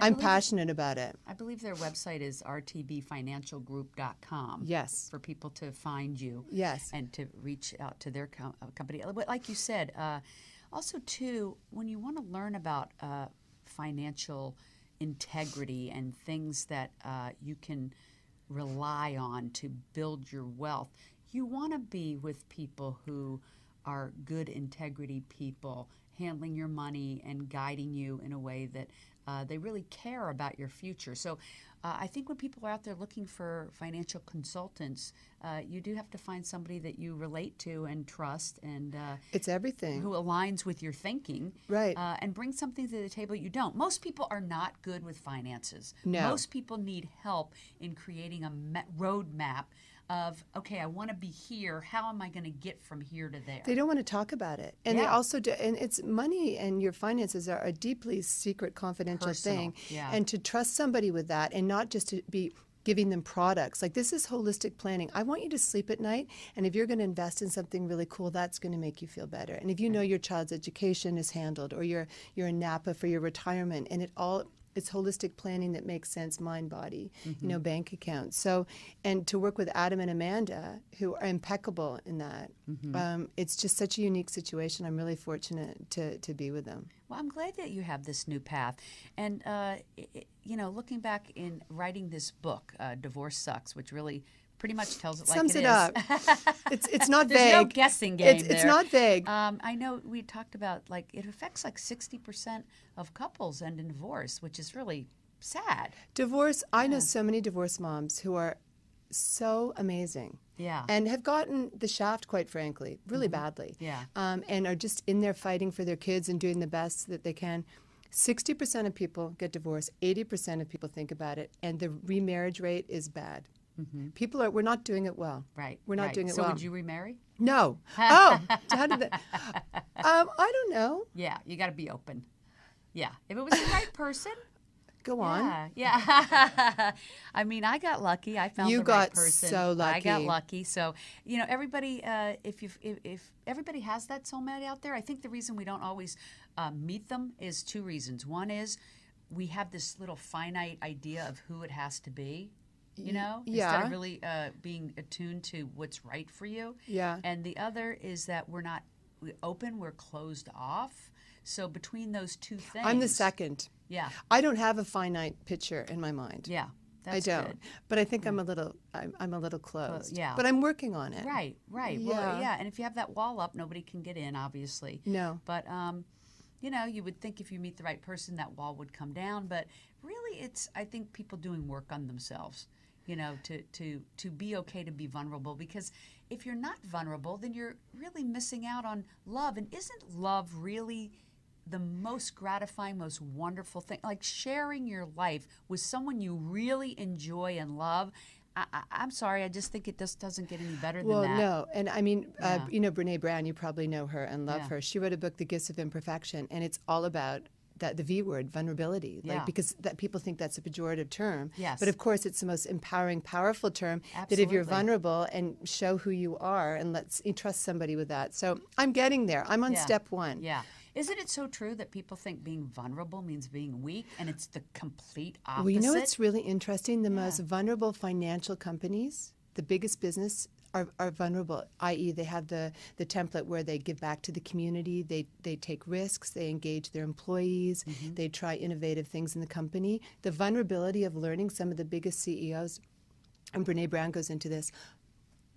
[SPEAKER 2] I'm passionate about it.
[SPEAKER 1] I believe their website is rtbfinancialgroup.com.
[SPEAKER 2] Yes.
[SPEAKER 1] For people to find you.
[SPEAKER 2] Yes.
[SPEAKER 1] And to reach out to their com- uh, company. Uh, But like you said, uh, also, too, when you want to learn about uh, financial integrity and things that uh, you can rely on to build your wealth, you want to be with people who are good integrity people handling your money and guiding you in a way that uh, they really care about your future. So uh, I think when people are out there looking for financial consultants, uh, you do have to find somebody that you relate to and trust and uh,
[SPEAKER 2] It's everything.
[SPEAKER 1] who aligns with your thinking.
[SPEAKER 2] Right.
[SPEAKER 1] Uh, and bring something to the table you don't. Most people are not good with finances.
[SPEAKER 2] No.
[SPEAKER 1] Most people need help in creating a ma- roadmap of, okay, I want to be here. How am I going to get from here to there?
[SPEAKER 2] They don't want to talk about it, and they
[SPEAKER 1] Yeah.
[SPEAKER 2] also do, and it's money and your finances are a deeply secret, confidential
[SPEAKER 1] Personal,
[SPEAKER 2] thing.
[SPEAKER 1] yeah.
[SPEAKER 2] And to trust somebody with that, and not just to be giving them products like this is holistic planning. I want you to sleep at night, and if you're going to invest in something really cool, that's going to make you feel better. And if you know your child's education is handled, or you're you're in Napa for your retirement, and it all. It's holistic planning that makes sense, mind, body, you
[SPEAKER 1] Mm-hmm.
[SPEAKER 2] know, bank accounts. So, and to work with Adam and Amanda, who are impeccable in that,
[SPEAKER 1] Mm-hmm.
[SPEAKER 2] um, it's just such a unique situation. I'm really fortunate to, to be with them.
[SPEAKER 1] Well, I'm glad that you have this new path. And, uh, i i- you know, looking back in writing this book, uh, Divorce Sucks, which really pretty much tells it like
[SPEAKER 2] Sums
[SPEAKER 1] it
[SPEAKER 2] it,
[SPEAKER 1] is.
[SPEAKER 2] up. it's it's not
[SPEAKER 1] There's
[SPEAKER 2] vague.
[SPEAKER 1] no guessing game
[SPEAKER 2] It's, it's
[SPEAKER 1] there.
[SPEAKER 2] not vague.
[SPEAKER 1] Um, I know we talked about like it affects like 60% of couples end in divorce, which is really sad.
[SPEAKER 2] Divorce, I know so many divorce moms who are so amazing.
[SPEAKER 1] Yeah. Mm-hmm.
[SPEAKER 2] And have gotten the shaft, quite frankly, really badly.
[SPEAKER 1] Yeah.
[SPEAKER 2] Um, and are just in there fighting for their kids and doing the best that they can. 60% of people get divorced, 80% of people think about it, and the remarriage rate is bad. People are, we're not doing it well.
[SPEAKER 1] Mm-hmm. Right.
[SPEAKER 2] We're not
[SPEAKER 1] right.
[SPEAKER 2] doing it
[SPEAKER 1] so
[SPEAKER 2] well.
[SPEAKER 1] would you remarry?
[SPEAKER 2] no. Oh, how did that? Um, I don't know.
[SPEAKER 1] Yeah, you got to be open. Yeah. If it was the right person,
[SPEAKER 2] Go on.
[SPEAKER 1] Yeah, yeah. I mean, I got lucky. I found
[SPEAKER 2] You
[SPEAKER 1] the right
[SPEAKER 2] got
[SPEAKER 1] person.
[SPEAKER 2] so
[SPEAKER 1] I got
[SPEAKER 2] lucky.
[SPEAKER 1] lucky. So you know, everybody. Uh, if you if, if everybody has that soulmate out there, I think the reason we don't always uh, meet them is two reasons. One is we have this little finite idea of who it has to be. You know, instead
[SPEAKER 2] yeah.
[SPEAKER 1] of really uh, being attuned to what's right for you.
[SPEAKER 2] Yeah.
[SPEAKER 1] And the other is that we're not we open. We're closed off. So between those two things,
[SPEAKER 2] I'm the second.
[SPEAKER 1] Yeah.
[SPEAKER 2] I don't have a finite picture in my mind.
[SPEAKER 1] Yeah,
[SPEAKER 2] I
[SPEAKER 1] that's
[SPEAKER 2] don't.
[SPEAKER 1] good. Mm.
[SPEAKER 2] But I think I'm a little I'm, I'm a little closed.
[SPEAKER 1] yeah.
[SPEAKER 2] But I'm working on it.
[SPEAKER 1] Right, right. Well,
[SPEAKER 2] Yeah.
[SPEAKER 1] yeah. And if you have that wall up, nobody can get in, obviously.
[SPEAKER 2] No.
[SPEAKER 1] But, um, you know, you would think if you meet the right person, that wall would come down. But really, it's I think people doing work on themselves. You know, to to to be okay to be vulnerable because if you're not vulnerable, then you're really missing out on love. And isn't love really the most gratifying, most wonderful thing. Like sharing your life with someone you really enjoy and love. I, I, I'm sorry, I just think it just doesn't get any better
[SPEAKER 2] Well,
[SPEAKER 1] than that.
[SPEAKER 2] no, and I mean, uh, you know, Brene Brown. You probably know her and love
[SPEAKER 1] Yeah.
[SPEAKER 2] her. She wrote a book, The Gifts of Imperfection, and it's all about that the V word, vulnerability.
[SPEAKER 1] Yeah.
[SPEAKER 2] Like because that people think that's a pejorative term.
[SPEAKER 1] Yes.
[SPEAKER 2] But of course, it's the most empowering, powerful term. That if you're
[SPEAKER 1] Absolutely.
[SPEAKER 2] vulnerable and show who you are, and let's you trust somebody with that. So I'm getting there. I'm on
[SPEAKER 1] Yeah.
[SPEAKER 2] step one.
[SPEAKER 1] Yeah. Isn't it so true that people think being vulnerable means being weak and it's the complete opposite?
[SPEAKER 2] Well, you know, it's really interesting. The most vulnerable financial companies, the biggest business, are, are vulnerable, i.e., they have the, the template where they give back to the community, they, they take risks, they engage their employees, they try innovative things in the company. The vulnerability of learning some of the biggest CEOs, and Brene Brown goes into this.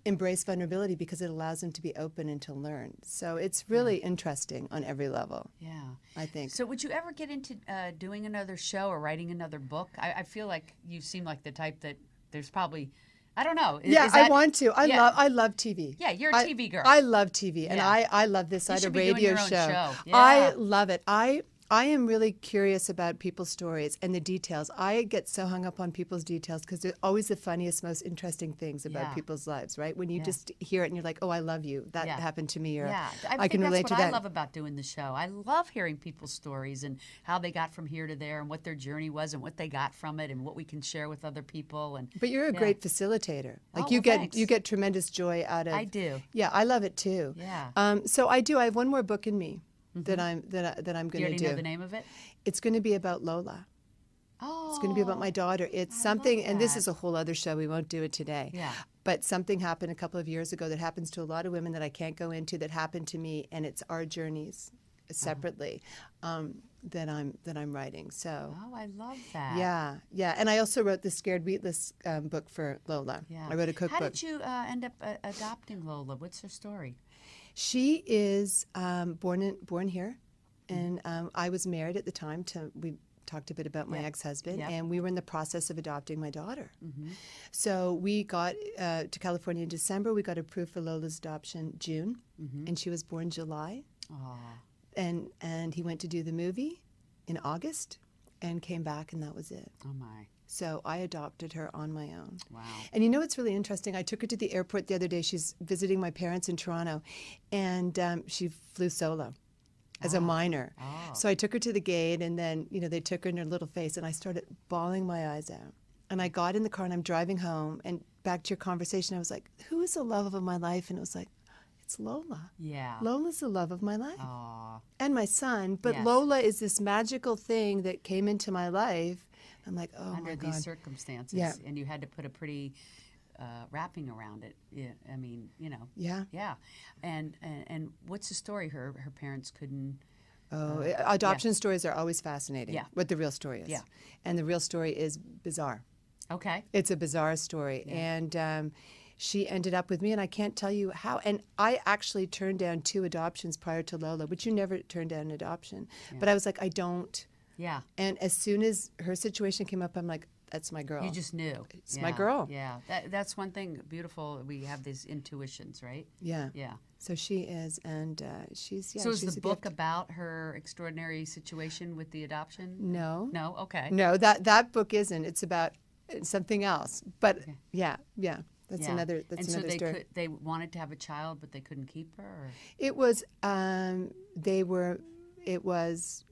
[SPEAKER 2] Embrace vulnerability because it allows them to be open and to learn. So it's really interesting on every level.
[SPEAKER 1] yeah.
[SPEAKER 2] I think.
[SPEAKER 1] So, would you ever get into uh, doing another show or writing another book? I, I feel like you seem like the type that there's probably, I don't know. i-
[SPEAKER 2] Yeah,
[SPEAKER 1] is that-
[SPEAKER 2] I want to. I
[SPEAKER 1] Yeah.
[SPEAKER 2] love I love TV.
[SPEAKER 1] Yeah, you're a
[SPEAKER 2] I-
[SPEAKER 1] TV girl.
[SPEAKER 2] I love TV and
[SPEAKER 1] Yeah.
[SPEAKER 2] I I love this side
[SPEAKER 1] should
[SPEAKER 2] of
[SPEAKER 1] be doing
[SPEAKER 2] radio
[SPEAKER 1] your own show.
[SPEAKER 2] I
[SPEAKER 1] Yeah.
[SPEAKER 2] love it. I I am really curious about people's stories and the details. I get so hung up on people's details because they're always the funniest, most interesting things about
[SPEAKER 4] Yeah.
[SPEAKER 2] people's lives, right? When you just hear it and you're like, oh, I love you. That
[SPEAKER 1] Yeah.
[SPEAKER 2] happened to me, or
[SPEAKER 1] Yeah, I,
[SPEAKER 2] I,
[SPEAKER 1] think
[SPEAKER 2] can
[SPEAKER 1] that's
[SPEAKER 2] relate
[SPEAKER 1] what
[SPEAKER 2] to
[SPEAKER 1] I
[SPEAKER 2] that.
[SPEAKER 1] love about doing the show. I love hearing people's stories and how they got from here to there and what their journey was and what they got from it and what we can share with other people. And
[SPEAKER 2] But you're a great facilitator. Like
[SPEAKER 1] Oh,
[SPEAKER 2] you
[SPEAKER 1] well,
[SPEAKER 2] get
[SPEAKER 1] thanks.
[SPEAKER 2] you get tremendous joy out of.
[SPEAKER 1] I do.
[SPEAKER 2] Yeah, I love it too.
[SPEAKER 1] Yeah.
[SPEAKER 2] Um, so I do. I have one more book in me that I'm that I, that I'm
[SPEAKER 1] do you
[SPEAKER 2] going
[SPEAKER 1] already
[SPEAKER 2] to do.
[SPEAKER 1] know the name of it?
[SPEAKER 2] It's going to be about Lola.
[SPEAKER 1] Oh,
[SPEAKER 2] It's going to be about my daughter. It's something, and this is a whole other show. We won't do it today.
[SPEAKER 1] Yeah.
[SPEAKER 2] But something happened a couple of years ago that happens to a lot of women that I can't go into that happened to me, and it's our journeys separately um, that I'm that I'm writing. So.
[SPEAKER 1] oh, I love that.
[SPEAKER 2] Yeah, yeah, and I also wrote the Scared Wheatless um, book for Lola.
[SPEAKER 1] Yeah.
[SPEAKER 2] I wrote a cookbook.
[SPEAKER 1] How did you uh, end up uh, adopting Lola? What's her story?
[SPEAKER 2] She is um, born in, born here, and um, I was married at the time. To we talked a bit about my ex husband,
[SPEAKER 1] Yeah. Mm-hmm.
[SPEAKER 2] and we were in the process of adopting my daughter. So we got uh, to California in December. We got approved for Lola's adoption June,
[SPEAKER 1] Mm-hmm.
[SPEAKER 2] and she was born July. And and he went to do the movie in August, and came back, and that was it.
[SPEAKER 1] Oh my.
[SPEAKER 2] So I adopted her on my own.
[SPEAKER 1] Wow.
[SPEAKER 2] And you know what's really interesting? I took her to the airport the other day. She's visiting my parents in Toronto, and um, she flew solo as a minor. So I took her to the gate, and then you know they took her in her little face, and I started bawling my eyes out. And I got in the car, and I'm driving home. And back to your conversation, I was like, "Who is the love of my life?" And it was like, "It's Lola."
[SPEAKER 1] Yeah.
[SPEAKER 2] Lola's the love of my life. And my son. But
[SPEAKER 1] Yes.
[SPEAKER 2] Lola is this magical thing that came into my life. I'm like, oh
[SPEAKER 1] Under
[SPEAKER 2] my
[SPEAKER 1] these
[SPEAKER 2] God.
[SPEAKER 1] circumstances,
[SPEAKER 2] Yeah.
[SPEAKER 1] and you had to put a pretty uh, wrapping around it. Yeah, I mean, you know.
[SPEAKER 2] Yeah.
[SPEAKER 1] Yeah. And, and and what's the story? Her her parents couldn't.
[SPEAKER 2] Oh, i- adoption stories are always fascinating.
[SPEAKER 1] uh, Yeah.
[SPEAKER 2] What the real story is.
[SPEAKER 1] Yeah.
[SPEAKER 2] And the real story is bizarre.
[SPEAKER 1] Okay.
[SPEAKER 2] It's a bizarre story. And um, she ended up with me, and I can't tell you how. And I actually turned down two adoptions prior to Lola, which you never turn down an adoption. But I was like, I don't.
[SPEAKER 1] Yeah.
[SPEAKER 2] And as soon as her situation came up, I'm like, that's my girl.
[SPEAKER 1] You just knew.
[SPEAKER 2] Oh. It's my girl.
[SPEAKER 1] Yeah. That, that's one thing beautiful. We have these intuitions, right?
[SPEAKER 2] Yeah.
[SPEAKER 1] Yeah.
[SPEAKER 2] So she is, and uh, she's yeah.
[SPEAKER 1] so is
[SPEAKER 2] she's
[SPEAKER 1] the
[SPEAKER 2] a
[SPEAKER 1] book
[SPEAKER 2] gift.
[SPEAKER 1] about her extraordinary situation with the adoption?
[SPEAKER 2] No.
[SPEAKER 1] No? Okay.
[SPEAKER 2] No, that that book isn't. It's about uh, something else. But yeah, yeah. That's
[SPEAKER 1] Yeah.
[SPEAKER 2] another. That's
[SPEAKER 1] and so
[SPEAKER 2] another
[SPEAKER 1] they
[SPEAKER 2] story.
[SPEAKER 1] Could, they wanted to have a child, but they couldn't keep her. Or?
[SPEAKER 2] It was. Um, they were. It was.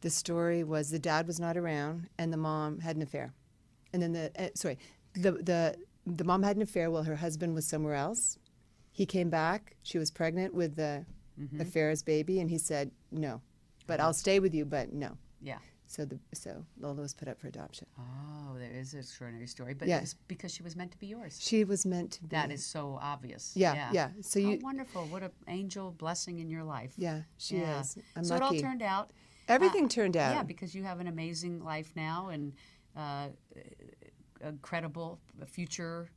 [SPEAKER 2] The story was the dad was not around and the mom had an affair, and then the uh, sorry, the the the mom had an affair while her husband was somewhere else. He came back. She was pregnant with the
[SPEAKER 1] Mm-hmm.
[SPEAKER 2] affair's baby, and he said no, but I'll stay with you, but no.
[SPEAKER 1] Yeah.
[SPEAKER 2] So the so Lola was put up for adoption.
[SPEAKER 1] Oh, there is an extraordinary story, but
[SPEAKER 2] Yeah.
[SPEAKER 1] it's because she was meant to be yours.
[SPEAKER 2] She was meant to be.
[SPEAKER 1] That is so obvious.
[SPEAKER 2] Yeah, yeah. So
[SPEAKER 1] How
[SPEAKER 2] you-
[SPEAKER 1] wonderful! What an angel blessing in your life.
[SPEAKER 2] Yeah, she
[SPEAKER 1] Yeah.
[SPEAKER 2] is. I'm
[SPEAKER 1] so
[SPEAKER 2] lucky.
[SPEAKER 1] it all turned out.
[SPEAKER 2] Everything turned out.
[SPEAKER 1] Yeah, because you have an amazing life now and uh, incredible future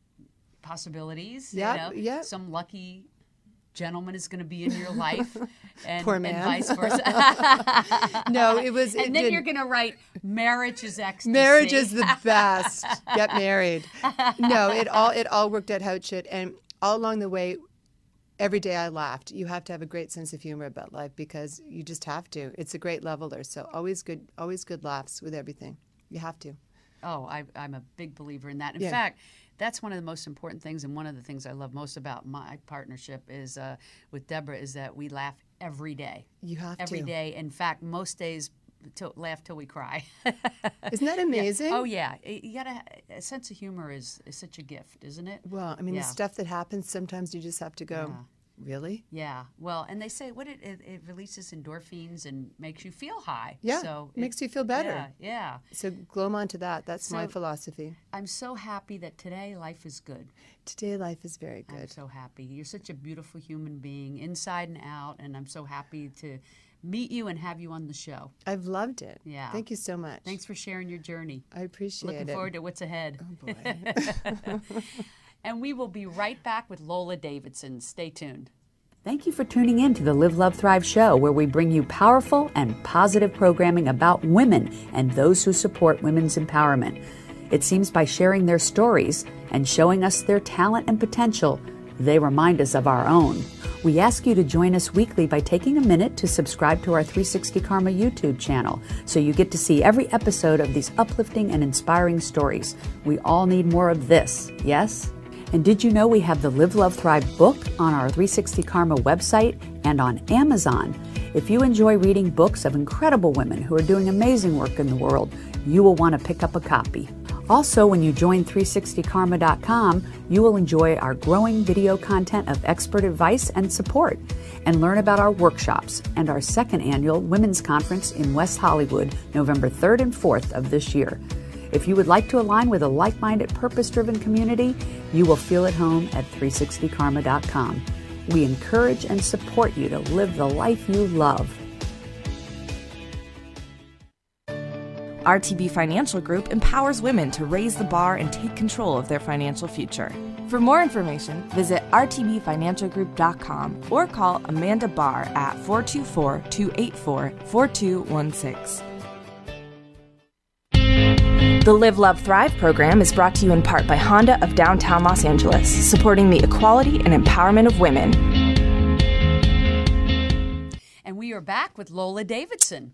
[SPEAKER 1] possibilities.
[SPEAKER 2] Yep,
[SPEAKER 1] you know?
[SPEAKER 2] yep.
[SPEAKER 1] Some lucky gentleman is going to be in your life, and,
[SPEAKER 2] Poor
[SPEAKER 1] and
[SPEAKER 2] man.
[SPEAKER 1] vice versa.
[SPEAKER 2] no, it was. it
[SPEAKER 1] and then
[SPEAKER 2] did-
[SPEAKER 1] you're going to write marriage is ecstasy.
[SPEAKER 2] marriage is the best. Get married. No, it all it all worked out how it should, and all along the way, every day I laughed. You have to have a great sense of humor about life because you just have to. It's a great leveler. So always good, always good laughs with everything. You have to.
[SPEAKER 1] Oh, I, I'm a big believer in that. In
[SPEAKER 2] Yeah.
[SPEAKER 1] fact, that's one of the most important things, and one of the things I love most about my partnership is uh, with Deborah is that we laugh every day.
[SPEAKER 2] You have
[SPEAKER 1] every
[SPEAKER 2] to.
[SPEAKER 1] day. In fact, most days till, laugh till we cry.
[SPEAKER 2] Isn't that amazing?
[SPEAKER 1] oh yeah, Y- you gotta ha- a sense of humor is, is such a gift, isn't it?
[SPEAKER 2] Well, I mean,
[SPEAKER 1] Yeah.
[SPEAKER 2] the stuff that happens sometimes you just have to go. Really?
[SPEAKER 1] Yeah. Well, and they say what it it, it releases endorphins and makes you feel high.
[SPEAKER 2] Yeah,
[SPEAKER 1] So
[SPEAKER 2] makes you feel better.
[SPEAKER 1] Yeah. yeah.
[SPEAKER 2] So glom onto that. That's my
[SPEAKER 1] So-
[SPEAKER 2] philosophy.
[SPEAKER 1] I'm so happy that today life is good.
[SPEAKER 2] Today life is very
[SPEAKER 1] I'm
[SPEAKER 2] good.
[SPEAKER 1] so happy. You're such a beautiful human being, inside and out, and I'm so happy to meet you and have you on the show.
[SPEAKER 2] I've loved it.
[SPEAKER 1] Yeah.
[SPEAKER 2] Thank you so much.
[SPEAKER 1] Thanks for sharing your journey.
[SPEAKER 2] I appreciate
[SPEAKER 1] Looking
[SPEAKER 2] it.
[SPEAKER 1] forward to what's ahead.
[SPEAKER 2] Boy.
[SPEAKER 1] And we will be right back with Lola Davidson. Stay tuned.
[SPEAKER 7] Thank you for tuning in to the Live, Love, Thrive show, where we bring you powerful and positive programming about women and those who support women's empowerment. It seems by sharing their stories and showing us their talent and potential, They remind us of our own. We ask you to join us weekly by taking a minute to subscribe to our 360 Karma YouTube channel so you get to see every episode of these uplifting and inspiring stories. We all need more of this, yes? And did you know we have the Live, Love, Thrive book on our 360 Karma website and on Amazon? If you enjoy reading books of incredible women who are doing amazing work in the world, you will want to pick up a copy. Also, when you join 360karma.com, you will enjoy our growing video content of expert advice and support, and learn about our workshops and our second annual Women's Conference in West Hollywood, November 3rd and 4th of this year. If you would like to align with a like minded, purpose driven community, you will feel at home at 360karma.com. We encourage and support you to live the life you love.
[SPEAKER 8] RTB Financial Group empowers women to raise the bar and take control of their financial future. For more information, visit rtbfinancialgroup.com or call Amanda Barr at 424 284 4216. The Live, Love, Thrive program is brought to you in part by Honda of downtown Los Angeles, supporting the equality and empowerment of women.
[SPEAKER 1] And we are back with Lola Davidson.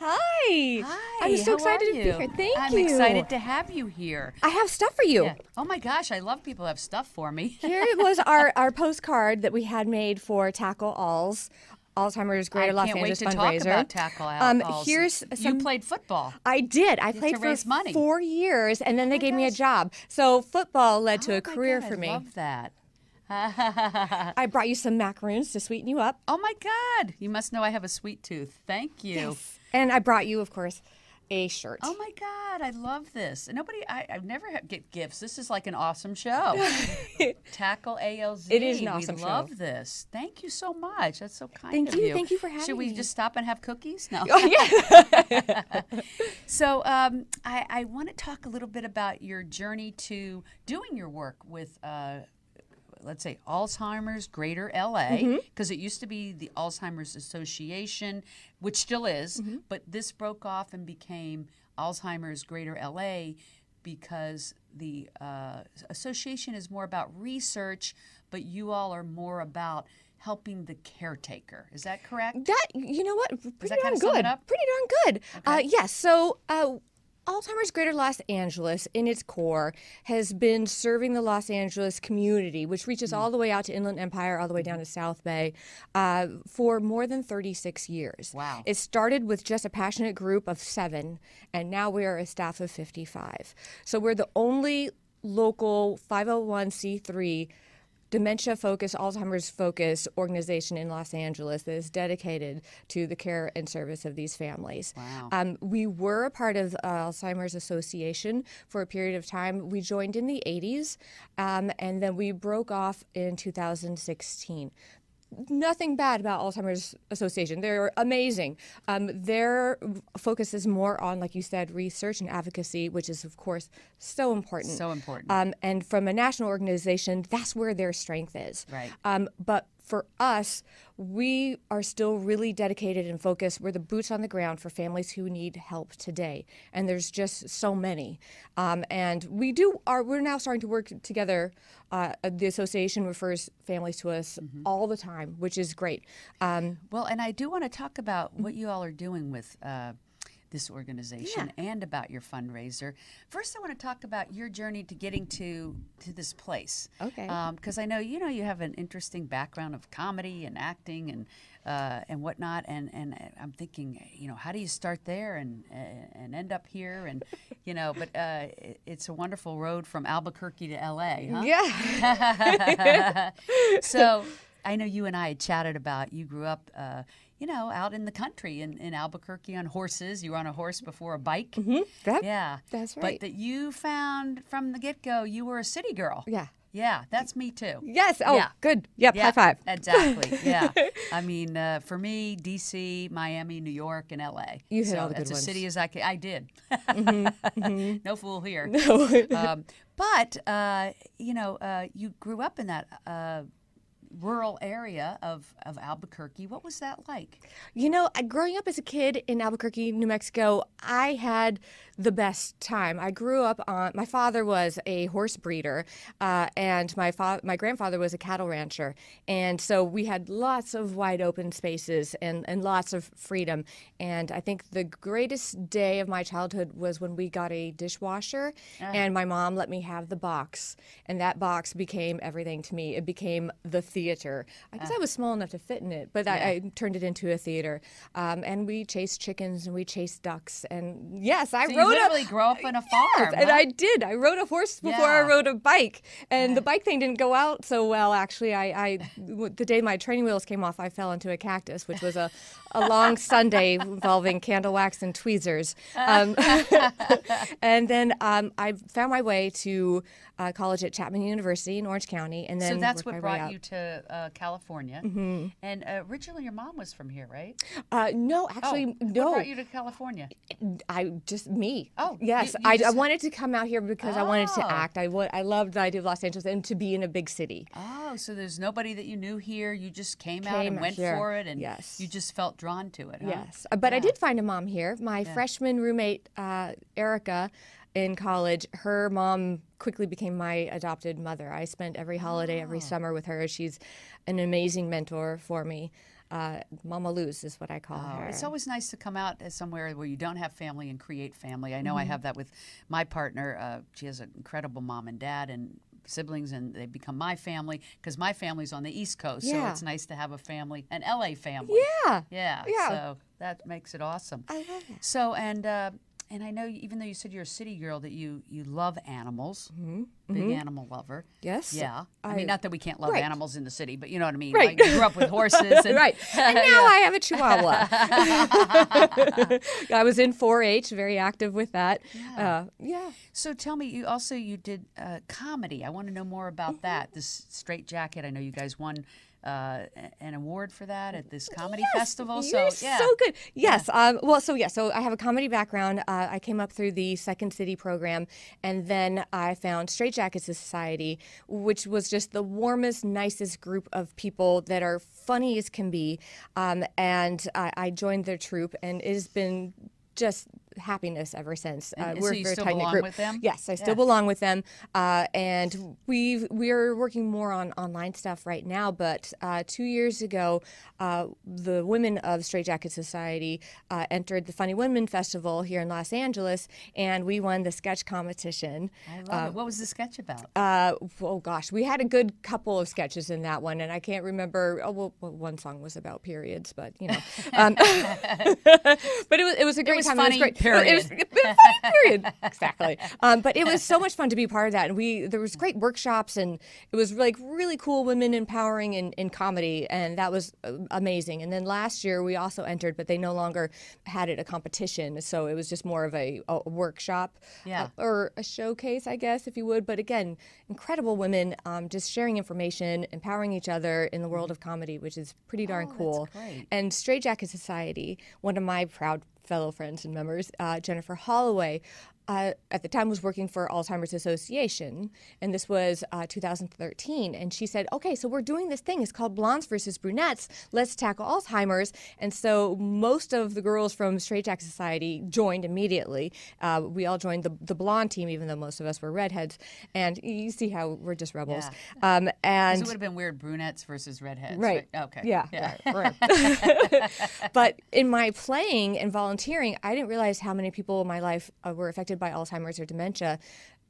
[SPEAKER 9] Hi.
[SPEAKER 1] Hi.
[SPEAKER 9] I'm so
[SPEAKER 1] how
[SPEAKER 9] excited
[SPEAKER 1] are
[SPEAKER 9] to be
[SPEAKER 1] you?
[SPEAKER 9] here. Thank
[SPEAKER 1] I'm
[SPEAKER 9] you.
[SPEAKER 1] excited to have you here.
[SPEAKER 9] I have stuff for you.
[SPEAKER 1] Yeah. Oh my gosh, I love people who have stuff for me.
[SPEAKER 9] Here was our, our postcard that we had made for Tackle All's Alzheimer's Greater
[SPEAKER 1] I
[SPEAKER 9] Los
[SPEAKER 1] can't wait
[SPEAKER 9] Angeles
[SPEAKER 1] to talk
[SPEAKER 9] fundraiser.
[SPEAKER 1] about tackle
[SPEAKER 9] Um,
[SPEAKER 1] alcohols.
[SPEAKER 9] here's some
[SPEAKER 1] you played football.
[SPEAKER 9] I did. I
[SPEAKER 1] to
[SPEAKER 9] played for
[SPEAKER 1] raise money.
[SPEAKER 9] four years, and then they gave me a job. So football led to
[SPEAKER 1] Oh
[SPEAKER 9] a
[SPEAKER 1] my
[SPEAKER 9] career
[SPEAKER 1] God,
[SPEAKER 9] for me.
[SPEAKER 1] I love that.
[SPEAKER 9] I brought you some macaroons to sweeten you up,
[SPEAKER 1] Oh my God! You must know I have a sweet tooth. Thank you.
[SPEAKER 9] and I brought you, of course, a shirt.
[SPEAKER 1] Oh my God! I love this. Nobody, I, I've never ha- get gifts. This is like an awesome show. Tackle ALZ.
[SPEAKER 9] It is an awesome
[SPEAKER 1] we
[SPEAKER 9] show.
[SPEAKER 1] Love this. Thank you so much. That's so kind
[SPEAKER 9] Thank
[SPEAKER 1] of you.
[SPEAKER 9] you. Thank you for having
[SPEAKER 1] Should we
[SPEAKER 9] me.
[SPEAKER 1] just stop and have cookies? No.
[SPEAKER 9] Oh, yeah.
[SPEAKER 1] So um, I, I want to talk a little bit about your journey to doing your work with, uh, let's say, Alzheimer's Greater LA,
[SPEAKER 9] Mm-hmm.
[SPEAKER 1] because it used to be the Alzheimer's Association, which still is,
[SPEAKER 9] Mm-hmm.
[SPEAKER 1] but this broke off and became Alzheimer's Greater LA because the uh, association is more about research, but you all are more about helping the caretaker. Is that correct?
[SPEAKER 9] That you know what? Pretty
[SPEAKER 1] that
[SPEAKER 9] darn
[SPEAKER 1] kinda sum it
[SPEAKER 9] good.
[SPEAKER 1] up?
[SPEAKER 9] Pretty darn good. Uh, yes. so. Uh, Alzheimer's Greater Los Angeles, in its core, has been serving the Los Angeles community, which
[SPEAKER 1] Mm.
[SPEAKER 9] reaches all the way out to Inland Empire, all the way
[SPEAKER 1] Mm-hmm.
[SPEAKER 9] down to South Bay, uh, for more than 36 years.
[SPEAKER 1] Wow.
[SPEAKER 9] It started with just a passionate group of seven, and now we are a staff of 55. So we're the only local 501c3 dementia focused, Alzheimer's focused organization in Los Angeles that is dedicated to the care and service of these families. Wow. Um, we were a part of uh, Alzheimer's Association for a period of time. We joined in the 80s, um, and then we broke off in 2016 nothing bad about Alzheimer's Association. They're amazing. Um, their focus is more on, like you said, research and advocacy, which is, of course, so important.
[SPEAKER 1] So important.
[SPEAKER 9] Um, and from a national organization, that's where their strength is.
[SPEAKER 1] Right.
[SPEAKER 9] Um, but for us, we are still really dedicated and focused. We're the boots on the ground for families who need help today, and there's just so many. Um, and we do are we're now starting to work together. Uh, the association refers families to us
[SPEAKER 1] Mm-hmm.
[SPEAKER 9] all the time, which is great. Um,
[SPEAKER 1] Well, and I do want to talk about what you all are doing with uh, this organization and about your fundraiser. First, I want to talk about your journey to getting to to this place.
[SPEAKER 9] Okay.
[SPEAKER 1] Because I know you know you have an interesting background of comedy and acting and uh, and whatnot, and and uh, I'm thinking, you know, how do you start there and uh, and end up here, and you know, but uh, it- it's a wonderful road from Albuquerque to L.A. Huh?
[SPEAKER 9] yeah.
[SPEAKER 1] so I know you and I had chatted about you grew up, uh, you know, out in the country in, in Albuquerque on horses. You were on a horse before a bike.
[SPEAKER 9] Mm-hmm. That-
[SPEAKER 1] yeah,
[SPEAKER 9] that's
[SPEAKER 1] But
[SPEAKER 9] right.
[SPEAKER 1] that you found from the get go, you were a city girl.
[SPEAKER 9] Yeah.
[SPEAKER 1] Yeah, that's me too.
[SPEAKER 9] Yes. Oh,
[SPEAKER 1] Yeah.
[SPEAKER 9] good. Yep.
[SPEAKER 1] Yeah,
[SPEAKER 9] High five.
[SPEAKER 1] Exactly. Yeah. I mean, uh, for me, D.C., Miami, New York, and L.A.
[SPEAKER 9] You hit
[SPEAKER 1] so
[SPEAKER 9] all the good
[SPEAKER 1] that's a
[SPEAKER 9] ones. Mm-hmm,
[SPEAKER 1] city as I can. I did. no fool here. um, but uh, you know, uh, you grew up in that. Uh, rural area of, of Albuquerque. What was that like?
[SPEAKER 9] You know, I- growing up as a kid in Albuquerque, New Mexico, I had the best time. I grew up on. My father was a horse breeder, uh, and my fa- my grandfather was a cattle rancher, and so we had lots of wide open spaces and and lots of freedom. And I think the greatest day of my childhood was when we got a dishwasher,
[SPEAKER 10] Ah.
[SPEAKER 9] and my mom let me have the box, and that box became everything to me. It became the theater. I
[SPEAKER 1] Ah.
[SPEAKER 9] guess I was small enough to fit in it, but I, I turned it into a theater. Um, and we chased chickens and we chased ducks. And yes, I
[SPEAKER 1] So you
[SPEAKER 9] rode
[SPEAKER 1] literally
[SPEAKER 9] a,
[SPEAKER 1] grew up on a
[SPEAKER 9] Yes,
[SPEAKER 1] farm,
[SPEAKER 9] and
[SPEAKER 1] huh?
[SPEAKER 9] I did. I rode a horse before I
[SPEAKER 1] Yeah.
[SPEAKER 9] rode a bike, and the bike thing didn't go out so well. Actually, I, I w- the day my training wheels came off, I fell into a cactus, which was a, a long Sunday involving candle wax and tweezers.
[SPEAKER 1] Uh.
[SPEAKER 9] Um, and then um, I found my way to uh, college at Chapman University in Orange County, and then
[SPEAKER 1] so that's
[SPEAKER 9] worked
[SPEAKER 1] what
[SPEAKER 9] my way
[SPEAKER 1] brought
[SPEAKER 9] out.
[SPEAKER 1] you to uh, California.
[SPEAKER 9] Mhm.
[SPEAKER 1] And uh, originally, your mom was from here, right?
[SPEAKER 9] Uh, no, actually, no.
[SPEAKER 1] Oh, What brought you to California?
[SPEAKER 9] I just me.
[SPEAKER 1] Oh, you-
[SPEAKER 9] yes,
[SPEAKER 1] you
[SPEAKER 9] I, I
[SPEAKER 1] just-
[SPEAKER 9] wanted to come out here because I wanted
[SPEAKER 1] Oh.
[SPEAKER 9] to act. I wa- I loved the idea of Los Angeles and to be in a big city.
[SPEAKER 1] Oh, so there's nobody that you knew here. You just came, out
[SPEAKER 9] Came
[SPEAKER 1] and
[SPEAKER 9] out
[SPEAKER 1] went
[SPEAKER 9] here.
[SPEAKER 1] for it, and
[SPEAKER 9] Yes.
[SPEAKER 1] you just felt drawn to it. Huh?
[SPEAKER 9] Yes, Uh, but I did find a mom here. My freshman roommate, uh, Erica, in college, her mom quickly became my adopted mother. I spent every holiday, every summer with her. She's an amazing mentor for me. Uh, Mama Luz is what I call
[SPEAKER 1] Oh,
[SPEAKER 9] her.
[SPEAKER 1] It's always nice to come out as somewhere where you don't have family and create family. I know I
[SPEAKER 9] Mhm.
[SPEAKER 1] have that with my partner. Uh, she has an incredible mom and dad and siblings, and they become my family because my family's on the East Coast. So
[SPEAKER 9] Yeah.
[SPEAKER 1] it's nice to have a family, an LA family.
[SPEAKER 9] Yeah.
[SPEAKER 1] Yeah.
[SPEAKER 9] Yeah.
[SPEAKER 1] So that makes it awesome. I love it. So and uh, and I know even though you said you're a city girl that you you love animals, big
[SPEAKER 9] Mhm.
[SPEAKER 1] animal lover.
[SPEAKER 9] Yes.
[SPEAKER 1] Yeah. I, mean,
[SPEAKER 9] I-
[SPEAKER 1] not that we can't love
[SPEAKER 9] Right.
[SPEAKER 1] animals in the city, but you know what I mean.
[SPEAKER 9] Right.
[SPEAKER 1] Like, you grew up with horses. And,
[SPEAKER 9] right. And now
[SPEAKER 1] Yeah.
[SPEAKER 9] I have a chihuahua. I was in 4-H, very active with that. Uh, yeah.
[SPEAKER 1] So tell me, you also you did uh, comedy. I want to know more about
[SPEAKER 9] Mm-hmm.
[SPEAKER 1] that. This Straight Jacket. I know you guys won uh, a- an award for that at this comedy
[SPEAKER 9] Yes,
[SPEAKER 1] festival.
[SPEAKER 9] you're
[SPEAKER 1] so yeah,
[SPEAKER 9] good. Yes. Um, well, so yeah. So I have a comedy background. Uh, I came up through the Second City program, and then I found Straight Jacket Society, which was just the warmest, nicest group of people that are funny as can be. Um, and I, I joined their troupe, and it has been just happiness ever since. Uh,
[SPEAKER 1] And- and so
[SPEAKER 9] we're
[SPEAKER 1] you
[SPEAKER 9] a very
[SPEAKER 1] still
[SPEAKER 9] tight-knit
[SPEAKER 1] belong
[SPEAKER 9] group.
[SPEAKER 1] with them?
[SPEAKER 9] Yes, I still
[SPEAKER 1] Yeah.
[SPEAKER 9] belong with them, uh, and we we're working more on online stuff right now. But uh, two years ago, uh, the women of Straight Jacket Society uh, entered the Funny Women Festival here in Los Angeles, and we won the sketch competition.
[SPEAKER 1] I love
[SPEAKER 9] Uh,
[SPEAKER 1] it. What was the sketch about?
[SPEAKER 9] uh, oh gosh, we had a good couple of sketches in that one, and I can't remember. Oh, well, well, one song was about periods, but you know, um, but it was it was a great
[SPEAKER 1] was
[SPEAKER 9] time.
[SPEAKER 1] funny,
[SPEAKER 9] it was great. It was,
[SPEAKER 1] period.
[SPEAKER 9] it was funny, period. Exactly. Um, but it was so much fun to be part of that, and we there was great workshops, and it was like really cool women empowering in, in comedy, and that was uh, amazing. And then last year we also entered, but they no longer had it a competition, so it was just more of a, a workshop
[SPEAKER 1] Yeah.
[SPEAKER 9] uh, or a showcase, I guess, if you would. But again, incredible women um, just sharing information, empowering each other in the world of comedy, which is pretty darn cool.
[SPEAKER 1] Mm-hmm. Oh, great.
[SPEAKER 9] And Straight Jacket Society, one of my proud fellow friends and members, uh, Jennifer Holloway, uh, at the time was working for Alzheimer's Association, and this was uh, 2013. And she said, "Okay, so we're doing this thing. It's called Blondes versus Brunettes. Let's tackle Alzheimer's." And so most of the girls from Straight Jacket Society joined immediately. Uh, we all joined the the blonde team, even though most of us were redheads. And you see how we're just rebels. Um,
[SPEAKER 1] 'Cause
[SPEAKER 9] and
[SPEAKER 1] it would have been weird brunettes versus redheads.
[SPEAKER 9] Right.
[SPEAKER 1] Okay.
[SPEAKER 9] Yeah. right, right. but in my playing and volunteering, I didn't realize how many people in my life uh, were affected by Alzheimer's or dementia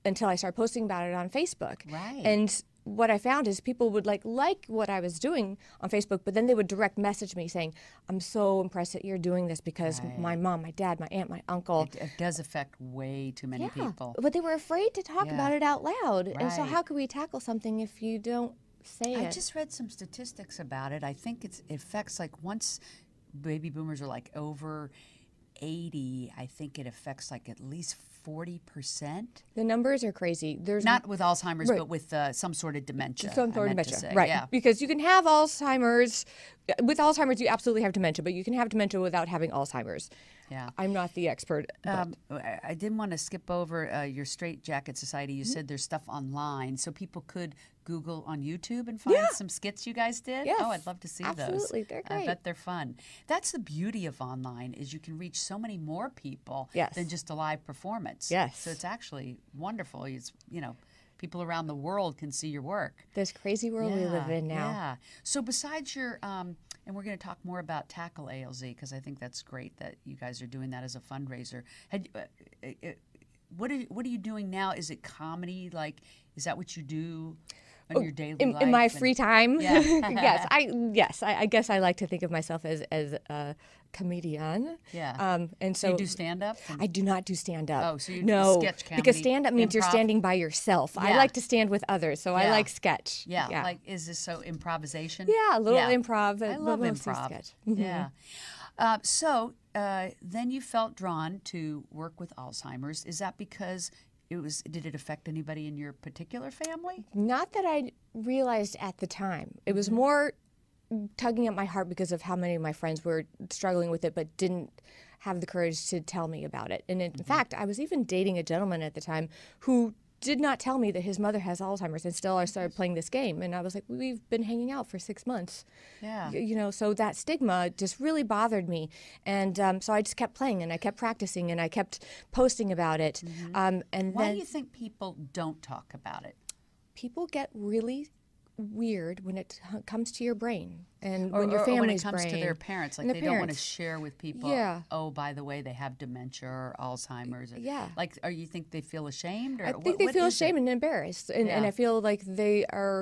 [SPEAKER 9] until I started posting about it on Facebook.
[SPEAKER 1] Right.
[SPEAKER 9] And what I found is people would like like what I was doing on Facebook, but then they would direct message me saying, "I'm so impressed that you're doing this because my mom, my dad, my aunt, my uncle."
[SPEAKER 1] It, it does affect way too many people.
[SPEAKER 9] But they were afraid to talk
[SPEAKER 1] Yeah.
[SPEAKER 9] about it out loud. And so
[SPEAKER 1] Right.
[SPEAKER 9] how could we tackle something if you don't say
[SPEAKER 1] I
[SPEAKER 9] it?
[SPEAKER 1] just read some statistics about it. I think it's, it affects like once baby boomers are like over 80, I think it affects like at least 40%.
[SPEAKER 9] the numbers are crazy. There's
[SPEAKER 1] Not with Alzheimer's,
[SPEAKER 9] Right.
[SPEAKER 1] but with uh, some sort of dementia.
[SPEAKER 9] Some
[SPEAKER 1] I
[SPEAKER 9] sort of
[SPEAKER 1] meant to
[SPEAKER 9] dementia,
[SPEAKER 1] say,
[SPEAKER 9] right?
[SPEAKER 1] Yeah.
[SPEAKER 9] Because you can have Alzheimer's. With Alzheimer's, you absolutely have dementia, but you can have dementia without having Alzheimer's. Yeah. I'm not the expert.
[SPEAKER 1] Um, I I didn't want to skip over uh, your Straight Jacket Society.
[SPEAKER 9] Mm-hmm.
[SPEAKER 1] You said there's stuff online, so people could Google on YouTube and find some skits you guys did. Oh, I'd
[SPEAKER 9] Yes.
[SPEAKER 1] love to see those.
[SPEAKER 9] Absolutely. They're
[SPEAKER 1] I bet
[SPEAKER 9] great.
[SPEAKER 1] they're fun. That's the beauty of online is you can reach so many more people
[SPEAKER 9] Yes.
[SPEAKER 1] than just a live performance.
[SPEAKER 9] Yes.
[SPEAKER 1] So it's actually wonderful. It's you know, people around the world can see your work.
[SPEAKER 9] This crazy world we live
[SPEAKER 1] Yeah,
[SPEAKER 9] in now.
[SPEAKER 1] Yeah. So besides your, um, and we're going to talk more about tackle ALZ because I think that's great that you guys are doing that as a fundraiser. Had, uh, uh, uh, what are what are you doing now? Is it comedy? Like, is that what you do in
[SPEAKER 9] Oh,
[SPEAKER 1] your daily
[SPEAKER 9] in,
[SPEAKER 1] life?
[SPEAKER 9] in my
[SPEAKER 1] and-
[SPEAKER 9] free time
[SPEAKER 1] Yeah.
[SPEAKER 9] yes i yes I, I guess i like to think of myself as as a comedian
[SPEAKER 1] Yeah.
[SPEAKER 9] um and
[SPEAKER 1] So
[SPEAKER 9] so,
[SPEAKER 1] you do stand-up
[SPEAKER 9] i do not do stand up
[SPEAKER 1] Oh, so you do
[SPEAKER 9] no
[SPEAKER 1] sketch
[SPEAKER 9] because
[SPEAKER 1] comedy,
[SPEAKER 9] stand up means you're
[SPEAKER 1] improv?
[SPEAKER 9] standing by yourself i
[SPEAKER 1] Yeah.
[SPEAKER 9] like to stand with others so i
[SPEAKER 1] Yeah.
[SPEAKER 9] like sketch
[SPEAKER 1] Yeah, Like, is this so improvisation?
[SPEAKER 9] Yeah, a little improv,
[SPEAKER 1] I
[SPEAKER 9] but
[SPEAKER 1] love
[SPEAKER 9] mostly
[SPEAKER 1] improv.
[SPEAKER 9] sketch. Mhm.
[SPEAKER 1] Yeah. Uh, so uh, then you felt drawn to work with Alzheimer's. Is that because it was? Did it affect anybody in your particular family?
[SPEAKER 9] Not that I realized at the time. It
[SPEAKER 1] Mm-hmm.
[SPEAKER 9] was more tugging at my heart because of how many of my friends were struggling with it but didn't have the courage to tell me about it. And in
[SPEAKER 1] Mm-hmm.
[SPEAKER 9] fact, I was even dating a gentleman at the time who did not tell me that his mother has Alzheimer's and still I
[SPEAKER 1] Mm-hmm.
[SPEAKER 9] started playing this game and I was like we've been hanging out for 6 months.
[SPEAKER 1] Yeah.
[SPEAKER 9] Y- You know, so that stigma just really bothered me. And um, so I just kept playing and I kept practicing and I kept posting about it. Um, and
[SPEAKER 1] Mm-hmm. Why
[SPEAKER 9] then
[SPEAKER 1] do you think people don't talk about it?
[SPEAKER 9] people get really weird when it t- comes to your brain and
[SPEAKER 1] Or,
[SPEAKER 9] when your
[SPEAKER 1] or- or when
[SPEAKER 9] family's
[SPEAKER 1] it comes
[SPEAKER 9] brain
[SPEAKER 1] to their parents, like
[SPEAKER 9] and
[SPEAKER 1] they
[SPEAKER 9] their
[SPEAKER 1] don't want to
[SPEAKER 9] parents.
[SPEAKER 1] share with people.
[SPEAKER 9] Yeah.
[SPEAKER 1] Oh, by the way, they have dementia or Alzheimer's. Or,
[SPEAKER 9] Yeah.
[SPEAKER 1] Like, are you think they feel ashamed? Or
[SPEAKER 9] I
[SPEAKER 1] what-
[SPEAKER 9] think they
[SPEAKER 1] what
[SPEAKER 9] feel
[SPEAKER 1] is it?
[SPEAKER 9] ashamed and embarrassed, and, and
[SPEAKER 1] Yeah.
[SPEAKER 9] I feel like they are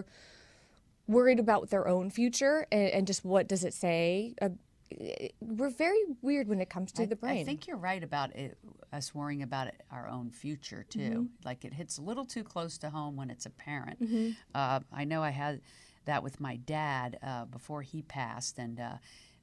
[SPEAKER 9] worried about their own future and, and just what does it say. Uh, eh, we're very weird when it comes to
[SPEAKER 1] I-
[SPEAKER 9] the brain.
[SPEAKER 1] I think you're right about it, us worrying about it, our own future too.
[SPEAKER 9] Mm-hmm.
[SPEAKER 1] Like it hits a little too close to home when it's a parent.
[SPEAKER 9] Mhm.
[SPEAKER 1] Uh, I know I had that with my dad uh, before he passed, and uh,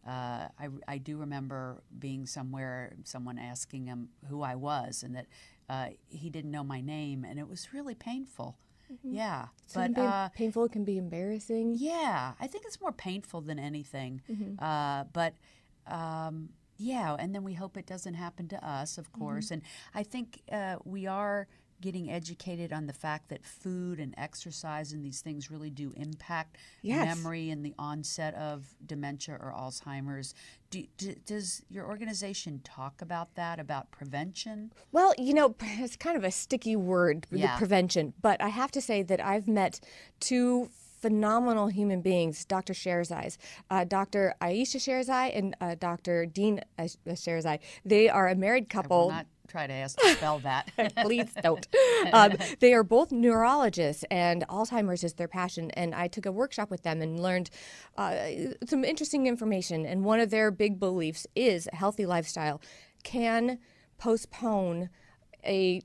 [SPEAKER 1] uh, I, I do remember being somewhere, someone asking him who I was, and that uh, he didn't know my name, and it was really painful.
[SPEAKER 9] Mm-hmm.
[SPEAKER 1] Yeah,
[SPEAKER 9] It can
[SPEAKER 1] but
[SPEAKER 9] be
[SPEAKER 1] uh,
[SPEAKER 9] painful. It can be embarrassing.
[SPEAKER 1] yeah, I think it's more painful than anything.
[SPEAKER 9] Mhm.
[SPEAKER 1] Uh, but um, yeah, and then we hope it doesn't happen to us, of course. And I think uh, we are getting educated on the fact that food and exercise and these things really do impact
[SPEAKER 9] Yes.
[SPEAKER 1] memory and the onset of dementia or Alzheimer's. Do, d does your organization talk about that, about prevention?
[SPEAKER 9] Well, you know, it's kind of a sticky word, the
[SPEAKER 1] Yeah.
[SPEAKER 9] prevention. But I have to say that I've met two phenomenal human beings, Dr. Sherzai, uh, Dr. Aisha Sherzai and uh, Dr. Dean uh, Sherzai. They are a married couple.
[SPEAKER 1] Will not try to ask to spell that.
[SPEAKER 9] Please don't. Um, they are both neurologists, and Alzheimer's is their passion. And I took a workshop with them and learned uh, some interesting information. And one of their big beliefs is a healthy lifestyle can postpone a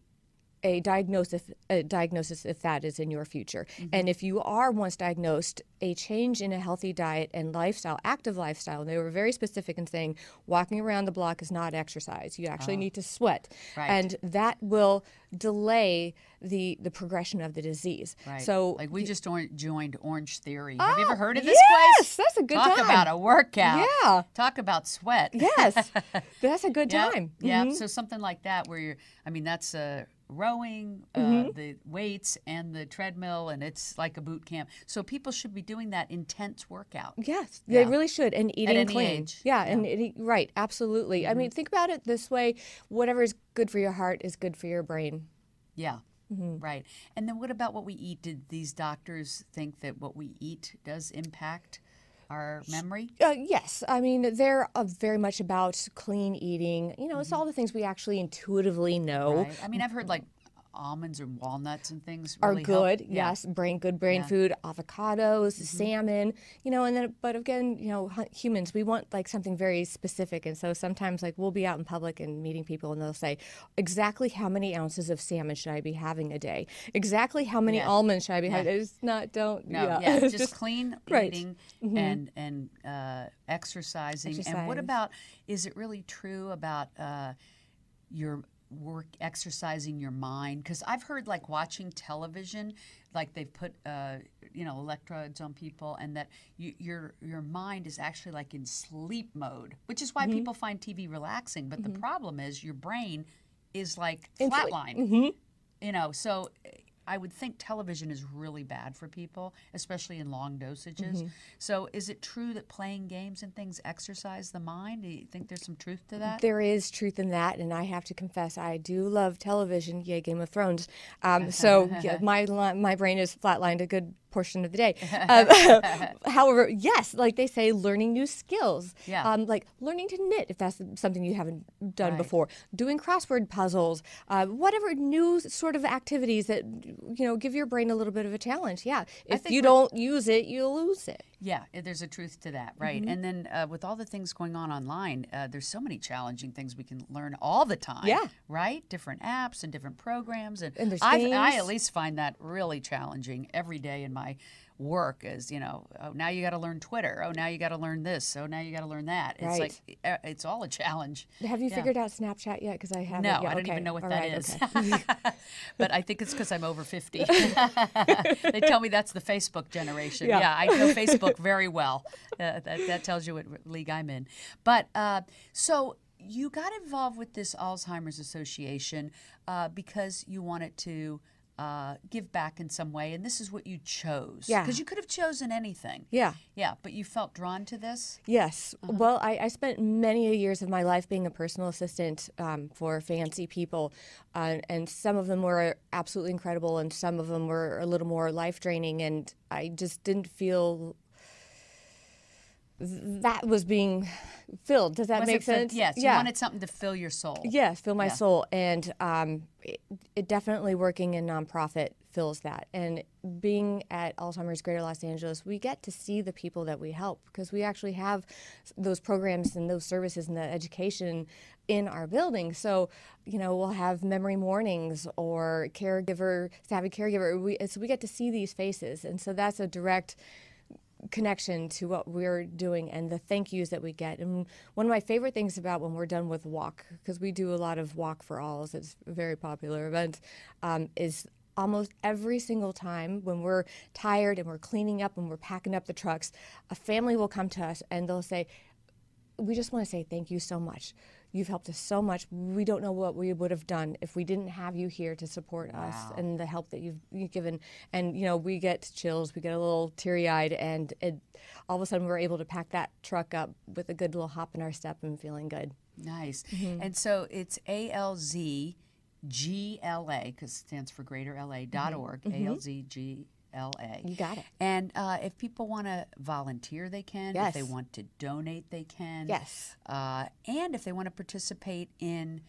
[SPEAKER 9] a diagnosis a diagnosis if that is in your future
[SPEAKER 1] Mm-hmm.
[SPEAKER 9] and if you are once diagnosed a change in a healthy diet and lifestyle active lifestyle and they were very specific in saying walking around the block is not exercise you actually
[SPEAKER 1] Oh.
[SPEAKER 9] need to sweat
[SPEAKER 1] Right.
[SPEAKER 9] and that will delay the the progression of the disease
[SPEAKER 1] Right.
[SPEAKER 9] so
[SPEAKER 1] like we just or- joined Orange Theory. Have you ever heard of this place?
[SPEAKER 9] yes, that's a good
[SPEAKER 1] Talk
[SPEAKER 9] time.
[SPEAKER 1] about a workout.
[SPEAKER 9] Yeah.
[SPEAKER 1] Talk about sweat.
[SPEAKER 9] yes that's a good
[SPEAKER 1] Yep,
[SPEAKER 9] time
[SPEAKER 1] Yeah.
[SPEAKER 9] Mhm.
[SPEAKER 1] So something like that where you're I mean that's uh, rowing, uh,
[SPEAKER 9] Mm-hmm.
[SPEAKER 1] the weights and the treadmill and it's like a boot camp. So people should be doing that intense workout.
[SPEAKER 9] Yes,
[SPEAKER 1] Yeah.
[SPEAKER 9] they really should, and eating
[SPEAKER 1] any
[SPEAKER 9] clean.
[SPEAKER 1] age. Mm-hmm.
[SPEAKER 9] Yeah, and it, right, absolutely. I mean, think about it this way: whatever is good for your heart is good for your brain.
[SPEAKER 1] Yeah.
[SPEAKER 9] Mm-hmm.
[SPEAKER 1] Right. And then what about what we eat? Did these doctors think that what we eat does impact our memory?
[SPEAKER 9] Uh, yes, I mean they're uh, very much about clean eating. You know, it's
[SPEAKER 1] Mm-hmm.
[SPEAKER 9] all the things we actually intuitively know.
[SPEAKER 1] Right. I mean, I've heard like almonds and walnuts and things
[SPEAKER 9] are
[SPEAKER 1] really help.
[SPEAKER 9] good.
[SPEAKER 1] Yeah. Mm-hmm.
[SPEAKER 9] Yes, brain good brain food, avocados, salmon. You know, and then but again, you know, hu- humans we want like something very specific, and so sometimes like we'll be out in public and meeting people, and they'll say, exactly how many ounces of salmon should I be having a day? Exactly how many
[SPEAKER 1] Yeah.
[SPEAKER 9] almonds should I be
[SPEAKER 1] Yeah.
[SPEAKER 9] having? It's not don't
[SPEAKER 1] No, yeah,
[SPEAKER 9] It's
[SPEAKER 1] just, clean
[SPEAKER 9] right.
[SPEAKER 1] eating
[SPEAKER 9] Mhm.
[SPEAKER 1] and and uh, exercising. And what
[SPEAKER 9] Exercise.
[SPEAKER 1] about? Is it really true about uh, your work exercising your mind because i've heard like watching television like they've put uh, you know electrodes on people and that you, your your mind is actually like in sleep mode which is why
[SPEAKER 9] Mhm.
[SPEAKER 1] people find tv relaxing but the
[SPEAKER 9] Mhm.
[SPEAKER 1] problem is your brain is like
[SPEAKER 9] Into it.
[SPEAKER 1] flatline
[SPEAKER 9] Mhm.
[SPEAKER 1] you know so eh, i would think television is really bad for people especially in long dosages
[SPEAKER 9] Mhm.
[SPEAKER 1] so is it true that playing games and things exercise the mind do you think there's some truth to that
[SPEAKER 9] There is truth in that, and I have to confess, I do love television. Yay, Game of Thrones. Um, so yeah, my li- my brain is flatlined a good portion of the day. Um, however, yes, like they say, learning new skills.
[SPEAKER 11] Yeah.
[SPEAKER 9] Um, like learning to knit, if that's something you haven't done
[SPEAKER 11] Right.
[SPEAKER 9] before. Doing crossword puzzles, uh, whatever new sort of activities that you know give your brain a little bit of a challenge. Yeah.
[SPEAKER 1] I
[SPEAKER 9] If
[SPEAKER 1] think
[SPEAKER 9] you
[SPEAKER 1] we're-
[SPEAKER 9] don't use it, you'll lose it.
[SPEAKER 1] Yeah, eh, there's a truth to that, right?
[SPEAKER 9] Mhm.
[SPEAKER 1] And then uh, with all the things going on online, uh, there's so many challenging things we can learn all the time.
[SPEAKER 9] Yeah.
[SPEAKER 1] right. Different apps and different programs, and,
[SPEAKER 9] And there's
[SPEAKER 1] I've- I at
[SPEAKER 9] games.
[SPEAKER 1] least find that really challenging every day in my work. Is you know, oh, now you got to learn Twitter. Oh, now you got to learn this. Oh, now you got to learn that. It's
[SPEAKER 9] Right.
[SPEAKER 1] like eh, it's all a challenge.
[SPEAKER 9] Have you
[SPEAKER 1] Yeah.
[SPEAKER 9] figured out Snapchat yet? Because I haven't.
[SPEAKER 1] No,
[SPEAKER 9] Yeah,
[SPEAKER 1] I don't
[SPEAKER 9] okay.
[SPEAKER 1] even know what
[SPEAKER 9] All
[SPEAKER 1] that
[SPEAKER 9] right,
[SPEAKER 1] is.
[SPEAKER 9] okay.
[SPEAKER 1] but I think it's because I'm over 50. they tell me that's the Facebook generation. Yeah,
[SPEAKER 11] Yeah.
[SPEAKER 1] I know Facebook very well. Uh, that, that tells you what league I'm in. But uh, so you got involved with this Alzheimer's Association uh, because you wanted to. Uh, give back in some way, and this is what you chose.
[SPEAKER 9] Yeah.
[SPEAKER 1] because you could have chosen anything.
[SPEAKER 9] Yeah.
[SPEAKER 1] yeah, but you felt drawn to this.
[SPEAKER 9] Yes.
[SPEAKER 1] Uh-huh.
[SPEAKER 9] Well, I, I spent many years of my life being a personal assistant um, for fancy people, uh, and some of them were absolutely incredible, and some of them were a little more life draining, and I just didn't feel th- that was being filled. Does that
[SPEAKER 1] Was
[SPEAKER 9] make
[SPEAKER 1] it for-
[SPEAKER 9] sense?
[SPEAKER 1] yes,
[SPEAKER 9] yeah.
[SPEAKER 1] you wanted something to fill your soul.
[SPEAKER 9] Yes, fill my
[SPEAKER 1] Yeah.
[SPEAKER 9] soul, and um, it, it definitely working in nonprofit fills that. And being at Alzheimer's Greater Los Angeles, we get to see the people that we help because we actually have s- those programs and those services and the education in our building. So, you know, we'll have memory mornings or caregiver, savvy caregiver. We, so we get to see these faces, and so that's a direct connection to what we're doing and the thank yous that we get. And one of my favorite things about when we're done with walk, because we do a lot of walk for alls, it's a very popular event, um, is almost every single time when we're tired and we're cleaning up and we're packing up the trucks, a family will come to us and they'll say, we just want to say thank you so much. You've helped us so much. We don't know what we would have done if we didn't have you here to support
[SPEAKER 11] Wow.
[SPEAKER 9] us and the help that you've, you've given. And you know, we get chills, we get a little teary-eyed, and it, all of a sudden we're able to pack that truck up with a good little hop in our step and feeling good.
[SPEAKER 1] Nice.
[SPEAKER 9] Mm-hmm.
[SPEAKER 1] And so it's ALZGLA, because it stands for Greater LA dot
[SPEAKER 9] Mhm.
[SPEAKER 1] org.
[SPEAKER 9] Mhm.
[SPEAKER 1] ALZGLA.
[SPEAKER 9] You got it.
[SPEAKER 1] And uh, if people want to volunteer, they can. If they
[SPEAKER 9] Yes.
[SPEAKER 1] want to donate, they can.
[SPEAKER 9] Yes.
[SPEAKER 1] Uh, and if they want to participate in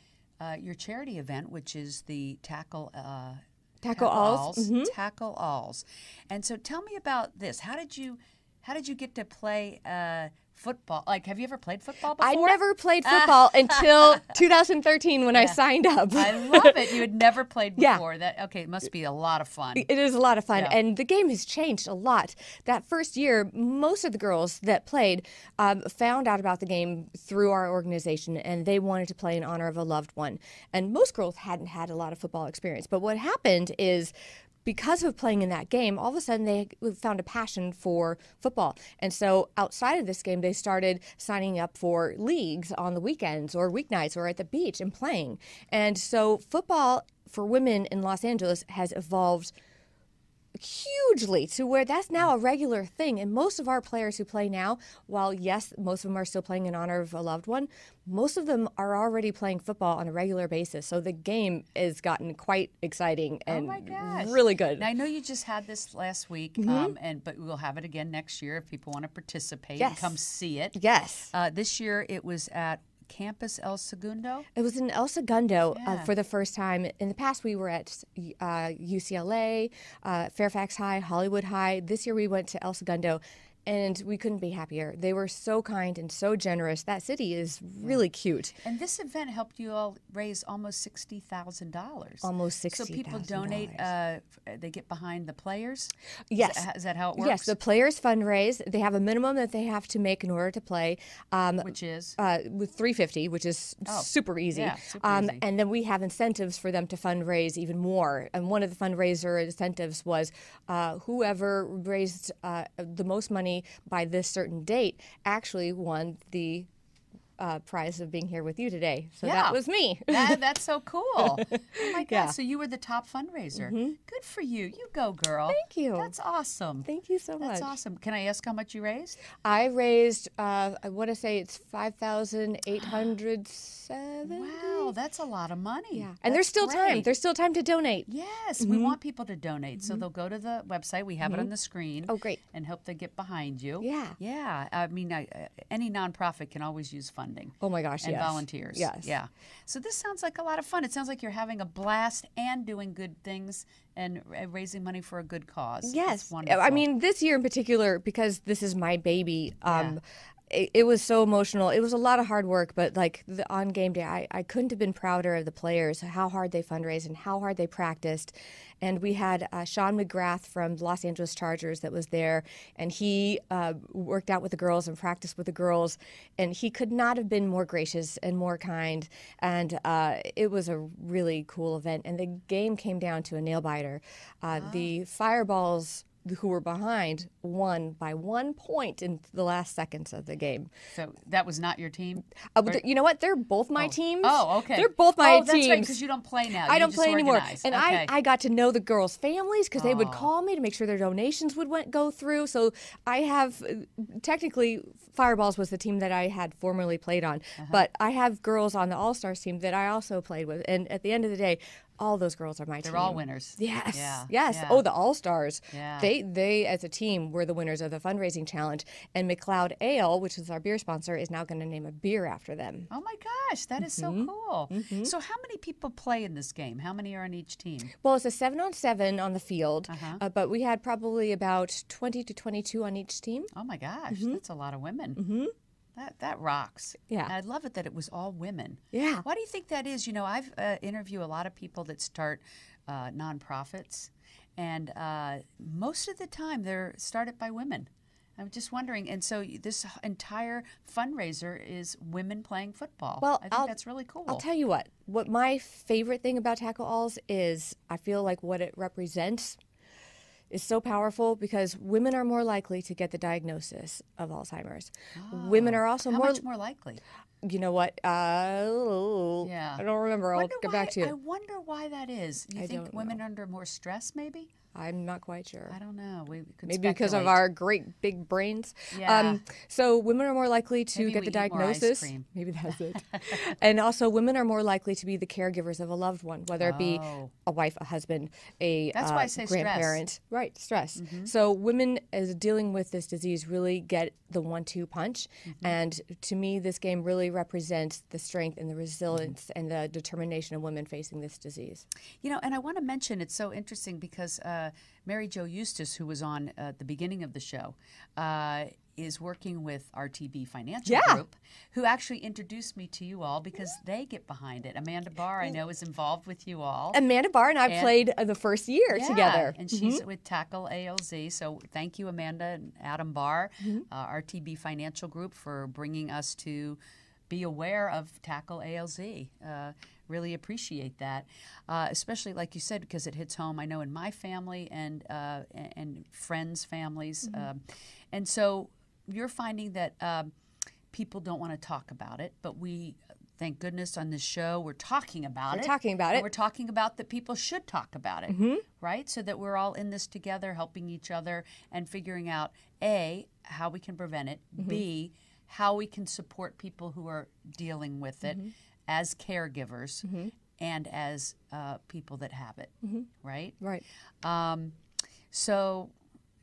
[SPEAKER 1] uh, your charity event, which is the Tackle. Uh,
[SPEAKER 9] Tackle Alls. Mhm.
[SPEAKER 1] Tackle Alls. And so tell me about this. How did you how did you get to play uh, football? Like have you ever played football before?
[SPEAKER 9] I never played football until 2013 when I
[SPEAKER 1] Yeah.
[SPEAKER 9] signed up.
[SPEAKER 1] I love it. You had never played
[SPEAKER 9] Yeah.
[SPEAKER 1] before. That okay, it must be a lot of fun.
[SPEAKER 9] It is a lot of fun,
[SPEAKER 1] Yeah.
[SPEAKER 9] and the game has changed a lot. That first year, most of the girls that played um, found out about the game through our organization, and they wanted to play in honor of a loved one. And most girls hadn't had a lot of football experience, but what happened is. Because of playing in that game, all of a sudden they found a passion for football. And so outside of this game, they started signing up for leagues on the weekends or weeknights or at the beach and playing. And so football for women in Los Angeles has evolved hugely to where that's now a regular thing. And most of our players who play now, while yes, most of them are still playing in honor of a loved one, most of them are already playing football on a regular basis. So the game has gotten quite exciting and
[SPEAKER 1] oh my gosh.
[SPEAKER 9] really good.
[SPEAKER 1] Now, I know you just had this last week,
[SPEAKER 9] Mhm.
[SPEAKER 1] um, and but we'll have it again next year if people want to participate and
[SPEAKER 9] Yes.
[SPEAKER 1] come see it.
[SPEAKER 9] Yes.
[SPEAKER 1] Uh, this year it was at Campus El Segundo.
[SPEAKER 9] It was in El Segundo
[SPEAKER 1] Yeah.
[SPEAKER 9] uh, for the first time. In the past, we were at uh, UCLA, uh, Fairfax High, Hollywood High. This year, we went to El Segundo. and we couldn't be happier. They were so kind and so generous. That city is really cute.
[SPEAKER 1] And this event helped you all raise almost sixty thousand dollars.
[SPEAKER 9] Almost
[SPEAKER 1] So people donate. Uh, f- they get behind the players.
[SPEAKER 9] Yes.
[SPEAKER 1] Is that, is that how it works?
[SPEAKER 9] Yes, the players fundraise. They have a minimum that they have to make in order to play, um,
[SPEAKER 1] which is
[SPEAKER 9] uh, with 350, which is
[SPEAKER 1] Oh,
[SPEAKER 9] super easy.
[SPEAKER 1] yeah, super
[SPEAKER 9] um,
[SPEAKER 1] easy.
[SPEAKER 9] And then we have incentives for them to fundraise even more. And one of the fundraiser incentives was uh, whoever raised uh, the most money by this certain date actually won the. Uh, prize of being here with you today. So
[SPEAKER 1] Yeah.
[SPEAKER 9] that was me.
[SPEAKER 1] That- that's so cool. Oh my God.
[SPEAKER 9] Yeah.
[SPEAKER 1] So you were the top fundraiser.
[SPEAKER 9] Mhm.
[SPEAKER 1] Good for you. You go, girl.
[SPEAKER 9] Thank you.
[SPEAKER 1] That's awesome.
[SPEAKER 9] Thank you so
[SPEAKER 1] That's
[SPEAKER 9] much.
[SPEAKER 1] awesome. Can I ask how much you raised?
[SPEAKER 9] I raised, uh, I want to say it's 5,807.
[SPEAKER 1] Wow, that's a lot of money.
[SPEAKER 9] Yeah. And
[SPEAKER 1] That's
[SPEAKER 9] there's still time.
[SPEAKER 1] great.
[SPEAKER 9] There's still time to donate.
[SPEAKER 1] Yes, we
[SPEAKER 9] Mhm.
[SPEAKER 1] want people to donate. So they'll go to the website. We have it on
[SPEAKER 9] Mhm.
[SPEAKER 1] the screen.
[SPEAKER 9] Mm-hmm. Oh, great.
[SPEAKER 1] And hope they get behind you.
[SPEAKER 9] Yeah.
[SPEAKER 1] Yeah. I mean, I, uh, any nonprofit can always use funding.
[SPEAKER 9] Oh my gosh,
[SPEAKER 1] And
[SPEAKER 9] yes.
[SPEAKER 1] volunteers.
[SPEAKER 9] Yes.
[SPEAKER 1] Yeah. So this sounds like a lot of fun. It sounds like you're having a blast and doing good things and uh, raising money for a good cause. That's
[SPEAKER 9] Yes.
[SPEAKER 1] wonderful.
[SPEAKER 9] I mean, this year in particular, because this is my baby, um, it, it was so emotional. It was a lot of hard work, but like the, on game day, I, I couldn't have been prouder of the players, how hard they fundraised and how hard they practiced. And we had uh, Sean McGrath from the Los Angeles Chargers that was there, and he uh, worked out with the girls and practiced with the girls. And he could not have been more gracious and more kind. And uh, it was a really cool event. And the game came down to a nail biter. Uh, The Fireballs, who were behind, won by one point in the last seconds of the game.
[SPEAKER 1] so that was not your team?
[SPEAKER 9] Uh, but
[SPEAKER 1] Or-
[SPEAKER 9] th- you know what? They're both my teams.
[SPEAKER 1] Oh, okay.
[SPEAKER 9] They're both my
[SPEAKER 1] oh, that's
[SPEAKER 9] teams.
[SPEAKER 1] right, because you don't play now.
[SPEAKER 9] I
[SPEAKER 1] You
[SPEAKER 9] don't
[SPEAKER 1] just
[SPEAKER 9] play anymore.
[SPEAKER 1] organize.
[SPEAKER 9] And
[SPEAKER 1] okay. Oh.
[SPEAKER 9] I, I got to know the girls' families because they would call me to make sure their donations would went, go through. So I have uh, technically Fireballs was the team that I had formerly played on,
[SPEAKER 1] Uh-huh.
[SPEAKER 9] but I have girls on the All Stars team that I also played with. And at the end of the day, all those girls are my
[SPEAKER 1] They're
[SPEAKER 9] team.
[SPEAKER 1] all winners.
[SPEAKER 9] Yes.
[SPEAKER 1] Yeah,
[SPEAKER 9] Yes.
[SPEAKER 1] yeah.
[SPEAKER 9] Oh, the All Stars.
[SPEAKER 1] Yeah.
[SPEAKER 9] They they as a team were the winners of the fundraising challenge. And McLeod Ale, which is our beer sponsor, is now going to name a beer after them.
[SPEAKER 1] Oh my gosh, that is
[SPEAKER 9] Mm-hmm.
[SPEAKER 1] so cool. So, how many people play in this game? How many are on each team?
[SPEAKER 9] Well, it's a seven on seven on the field,
[SPEAKER 1] Uh-huh.
[SPEAKER 9] uh, but we had probably about 20 to 22 on each team.
[SPEAKER 1] Oh my gosh, that's a lot of women. That that rocks.
[SPEAKER 9] Mm-hmm. Yeah.
[SPEAKER 1] And I love it that it was all women.
[SPEAKER 9] Yeah.
[SPEAKER 1] Why do you think that is? You know, I've uh, interviewed a lot of people that start uh, nonprofits, and uh, most of the time they're started by women. I'm just wondering, and so y- this h- entire fundraiser is women playing football.
[SPEAKER 9] Well,
[SPEAKER 1] I think
[SPEAKER 9] I'll-
[SPEAKER 1] that's really cool.
[SPEAKER 9] I'll tell you what, what my favorite thing about Tackle Alls is I feel like what it represents is so powerful because women are more likely to get the diagnosis of Alzheimer's. Women are also
[SPEAKER 1] Oh. How
[SPEAKER 9] more,
[SPEAKER 1] much more likely?
[SPEAKER 9] you know what? Uh,
[SPEAKER 1] Yeah.
[SPEAKER 9] I don't remember. I'll
[SPEAKER 1] Wonder
[SPEAKER 9] get back
[SPEAKER 1] why-
[SPEAKER 9] to you.
[SPEAKER 1] I wonder why that is. You
[SPEAKER 9] I
[SPEAKER 1] think
[SPEAKER 9] don't
[SPEAKER 1] women are under more stress, maybe?
[SPEAKER 9] I'm not quite sure.
[SPEAKER 1] I don't know. We could
[SPEAKER 9] Maybe because of
[SPEAKER 1] speculate.
[SPEAKER 9] our great big brains. Um,
[SPEAKER 1] Yeah.
[SPEAKER 9] so women are more likely to
[SPEAKER 1] Maybe
[SPEAKER 9] get
[SPEAKER 1] we
[SPEAKER 9] the
[SPEAKER 1] eat more ice
[SPEAKER 9] diagnosis.
[SPEAKER 1] cream.
[SPEAKER 9] Maybe that's it. and also, women are more likely to be the caregivers of a loved one, whether it be
[SPEAKER 1] Oh.
[SPEAKER 9] a wife, a husband, a
[SPEAKER 1] That's why I
[SPEAKER 9] uh,
[SPEAKER 1] say stress. Mm-hmm.
[SPEAKER 9] grandparent. Right, stress. So women as dealing with this disease really get the one-two punch,
[SPEAKER 1] Mm-hmm.
[SPEAKER 9] and to me, this game really represents the strength and the resilience and the determination of women facing this disease.
[SPEAKER 1] You know, and I want to mention it's so interesting because uh, Mary Jo Eustace, who was on uh, at the beginning of the show, uh, is working with RTB Financial
[SPEAKER 9] Yeah.
[SPEAKER 1] Group, who actually introduced me to you all because they get behind it. Amanda Barr, I know, is involved with you all.
[SPEAKER 9] Amanda Barr and I
[SPEAKER 1] And-
[SPEAKER 9] played uh, the first year
[SPEAKER 1] Yeah,
[SPEAKER 9] together,
[SPEAKER 1] And she's with Tackle ALZ. So thank you, Amanda and Adam Barr, uh, RTB Financial Group, for bringing us to be aware of Tackle ALZ. Uh, really appreciate that, uh, especially like you said, because it hits home. I know in my family and uh, and, and friends' families, um, and so you're finding that. Um, People don't want to talk about it, but we, thank goodness, on this show we're talking about
[SPEAKER 9] We're
[SPEAKER 1] it.
[SPEAKER 9] talking about
[SPEAKER 1] and
[SPEAKER 9] it. Mm-hmm.
[SPEAKER 1] We're talking about that people should talk about it, right? So that we're all in this together, helping each other and figuring out A, how we can prevent it,
[SPEAKER 9] Mm-hmm.
[SPEAKER 1] B, how we can support people who are dealing with
[SPEAKER 9] Mm-hmm.
[SPEAKER 1] it as caregivers and as
[SPEAKER 9] Mm-hmm.
[SPEAKER 1] uh, people that have it, right?
[SPEAKER 9] right?
[SPEAKER 1] Um, so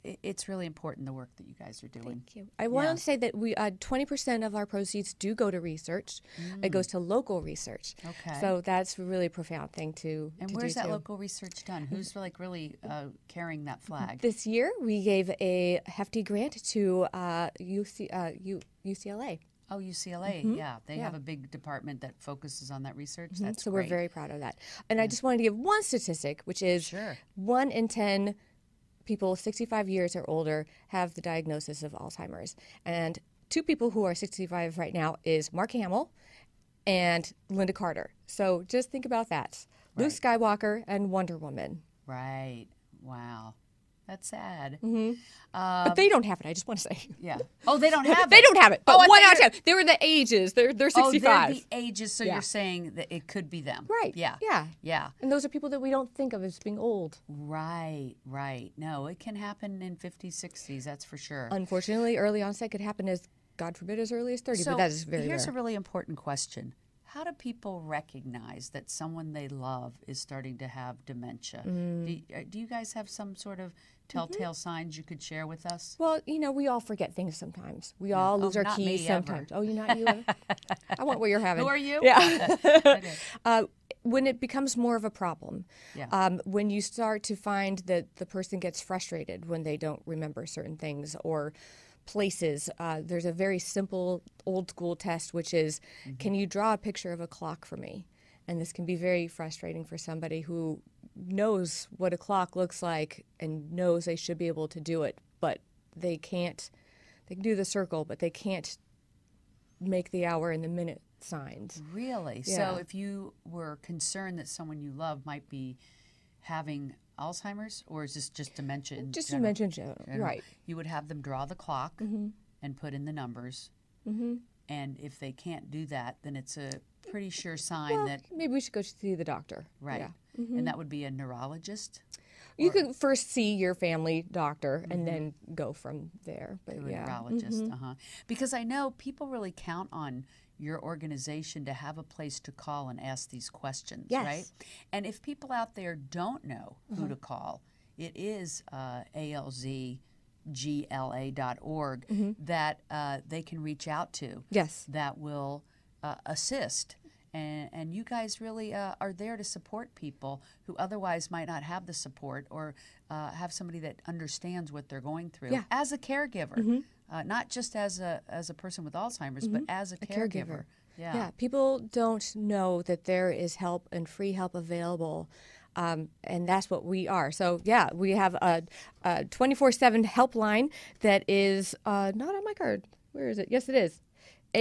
[SPEAKER 1] it, it's really important the work that you guys are doing.
[SPEAKER 9] Thank you. I want to say that we uh, 20% of our proceeds do go to research. It
[SPEAKER 1] Mm.
[SPEAKER 9] goes to local research.
[SPEAKER 1] Okay.
[SPEAKER 9] So that's a really profound thing to
[SPEAKER 1] And
[SPEAKER 9] to
[SPEAKER 1] where's
[SPEAKER 9] do
[SPEAKER 1] that
[SPEAKER 9] too.
[SPEAKER 1] local research done? Who's like really uh, carrying that flag?
[SPEAKER 9] This year, we gave a hefty grant to uh, UC, uh, U, UCLA.
[SPEAKER 1] Oh, UCLA,
[SPEAKER 9] Mhm.
[SPEAKER 1] yeah. They have
[SPEAKER 9] Yeah.
[SPEAKER 1] a big department that focuses on that research.
[SPEAKER 9] Mhm.
[SPEAKER 1] That's
[SPEAKER 9] so
[SPEAKER 1] great.
[SPEAKER 9] we're very proud of that. And I just wanted to give one statistic, which is one in ten people 65 years or older have the diagnosis of Alzheimer's, and two people who are 65 right now is Mark Hamill and Linda Carter. So just think about that: Luke Skywalker and Wonder Woman.
[SPEAKER 1] Right. Wow. That's sad.
[SPEAKER 9] hmm
[SPEAKER 1] Um,
[SPEAKER 9] but they don't have it. I just want to say.
[SPEAKER 1] Yeah. Oh, they don't have
[SPEAKER 9] they
[SPEAKER 1] it.
[SPEAKER 9] don't have it. But
[SPEAKER 1] Oh, I
[SPEAKER 9] one
[SPEAKER 1] thought
[SPEAKER 9] out of
[SPEAKER 1] you-
[SPEAKER 9] ten. They were the ages. They're they're
[SPEAKER 1] Oh,
[SPEAKER 9] 65.
[SPEAKER 1] they're the ages, so
[SPEAKER 9] Yeah.
[SPEAKER 1] you're saying that it could be them.
[SPEAKER 9] Right.
[SPEAKER 1] Yeah.
[SPEAKER 9] Yeah.
[SPEAKER 1] Yeah.
[SPEAKER 9] And those are people that we don't think of as being old.
[SPEAKER 1] Right, right. No, it can happen in 50s, 60s, that's for sure.
[SPEAKER 9] Unfortunately, early onset could happen as, God forbid, as early as 30, but that is very
[SPEAKER 1] here's
[SPEAKER 9] rare.
[SPEAKER 1] a really important question. How do people recognize that someone they love is starting to have dementia?
[SPEAKER 9] Mm. Mm-hmm.
[SPEAKER 1] Do, y- uh, do you guys have some sort of telltale signs you could share with us?
[SPEAKER 9] well, you know, we all forget things sometimes. We all
[SPEAKER 1] Oh,
[SPEAKER 9] lose our
[SPEAKER 1] not me
[SPEAKER 9] keys
[SPEAKER 1] ever.
[SPEAKER 9] sometimes. Oh, you're not you. I want what you're having.
[SPEAKER 1] Who are you?
[SPEAKER 9] Yeah. uh, when it becomes more of a problem,
[SPEAKER 1] Yeah.
[SPEAKER 9] um, when you start to find that the person gets frustrated when they don't remember certain things or places, uh, there's a very simple old school test, which is
[SPEAKER 1] Mm-hmm.
[SPEAKER 9] can you draw a picture of a clock for me? And this can be very frustrating for somebody who knows what a clock looks like and knows they should be able to do it, but they can't. They can do the circle, but they can't make the hour and the minute signs.
[SPEAKER 1] Really?
[SPEAKER 9] Yeah.
[SPEAKER 1] So if you were concerned that someone you love might be having Alzheimer's, or is this just dementia? In
[SPEAKER 9] Just
[SPEAKER 1] general?
[SPEAKER 9] dementia in general, right.
[SPEAKER 1] You would have them draw the clock
[SPEAKER 9] Mm-hmm.
[SPEAKER 1] and put in the numbers,
[SPEAKER 9] Mhm.
[SPEAKER 1] and if they can't do that, then it's a pretty sure sign
[SPEAKER 9] Well,
[SPEAKER 1] that
[SPEAKER 9] maybe we should go see the doctor.
[SPEAKER 1] right,
[SPEAKER 9] Yeah.
[SPEAKER 1] and that
[SPEAKER 9] Mhm.
[SPEAKER 1] would be a neurologist.
[SPEAKER 9] You can first see your family doctor and then go from there. But
[SPEAKER 1] to a
[SPEAKER 9] yeah.
[SPEAKER 1] neurologist.
[SPEAKER 9] Mhm.
[SPEAKER 1] Uh-huh. Because I know people really count on your organization to have a place to call and ask these questions,
[SPEAKER 9] Yes.
[SPEAKER 1] right? And if people out there don't know who
[SPEAKER 9] Uh-huh.
[SPEAKER 1] to call, it is uh, alzgla.org
[SPEAKER 9] Mm-hmm.
[SPEAKER 1] that uh, they can reach out to.
[SPEAKER 9] Yes.
[SPEAKER 1] That will uh, assist. And, and you guys really uh, are there to support people who otherwise might not have the support or uh, have somebody that understands what they're going through
[SPEAKER 9] Yeah.
[SPEAKER 1] as a caregiver,
[SPEAKER 9] Mhm.
[SPEAKER 1] uh, not just as a as a person with Alzheimer's, but
[SPEAKER 9] Mhm.
[SPEAKER 1] as a
[SPEAKER 9] A
[SPEAKER 1] caregiver.
[SPEAKER 9] caregiver.
[SPEAKER 1] Yeah.
[SPEAKER 9] people don't know that there is help and free help available. Um, and that's what we are. So, yeah, we have a 24 7 helpline that is uh, not on my card. Where is it? Yes, it is.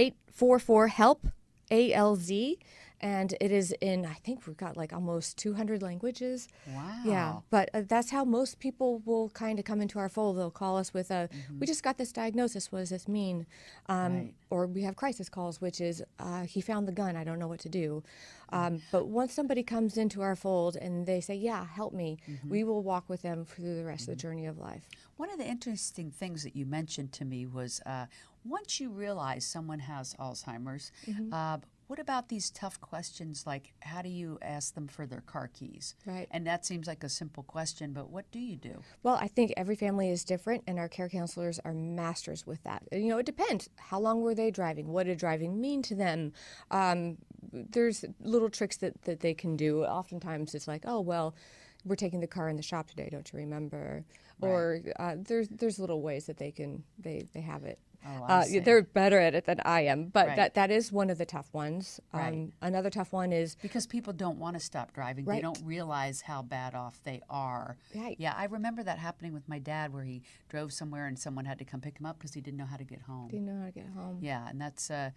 [SPEAKER 9] 844 HELP, A L Z. And it is in, I think we've got like almost 200 languages.
[SPEAKER 1] Wow.
[SPEAKER 9] Yeah, but uh, that's how most people will kind of come into our fold. They'll call us with a,
[SPEAKER 1] Mm-hmm.
[SPEAKER 9] "We just got this diagnosis. What does this mean?" Um,
[SPEAKER 1] Right.
[SPEAKER 9] Or we have crisis calls, which is, uh, "He found the gun. I don't know what to do." Um, but once somebody comes into our fold and they say, "Yeah, help me," we will walk with them through the rest of the journey of life.
[SPEAKER 1] One of the interesting things that you mentioned to me was uh, once you realize someone has Alzheimer's,
[SPEAKER 9] Mhm.
[SPEAKER 1] uh, what about these tough questions like how do you ask them for their car keys?
[SPEAKER 9] Right.
[SPEAKER 1] And that seems like a simple question, but what do you do?
[SPEAKER 9] Well, I think every family is different, and our care counselors are masters with that. You know, it depends. How long were they driving? What did driving mean to them? Um, there's little tricks that, that they can do. Oftentimes, it's like, oh, well, we're taking the car in the shop today. Don't you remember? Or uh, there's there's little ways that they can they, they have it.
[SPEAKER 1] Oh, I
[SPEAKER 9] uh,
[SPEAKER 1] see.
[SPEAKER 9] They're better at it than I am, but
[SPEAKER 1] Right.
[SPEAKER 9] that, that is one of the tough ones. Um,
[SPEAKER 1] Right.
[SPEAKER 9] another tough one is
[SPEAKER 1] Because people don't want to stop driving. They
[SPEAKER 9] Right.
[SPEAKER 1] don't realize how bad off they are.
[SPEAKER 9] Right.
[SPEAKER 1] Yeah, I remember that happening with my dad where he drove somewhere and someone had to come pick him up because he didn't know how to get home.
[SPEAKER 9] do you know how to get home?
[SPEAKER 1] Yeah, and that's uh,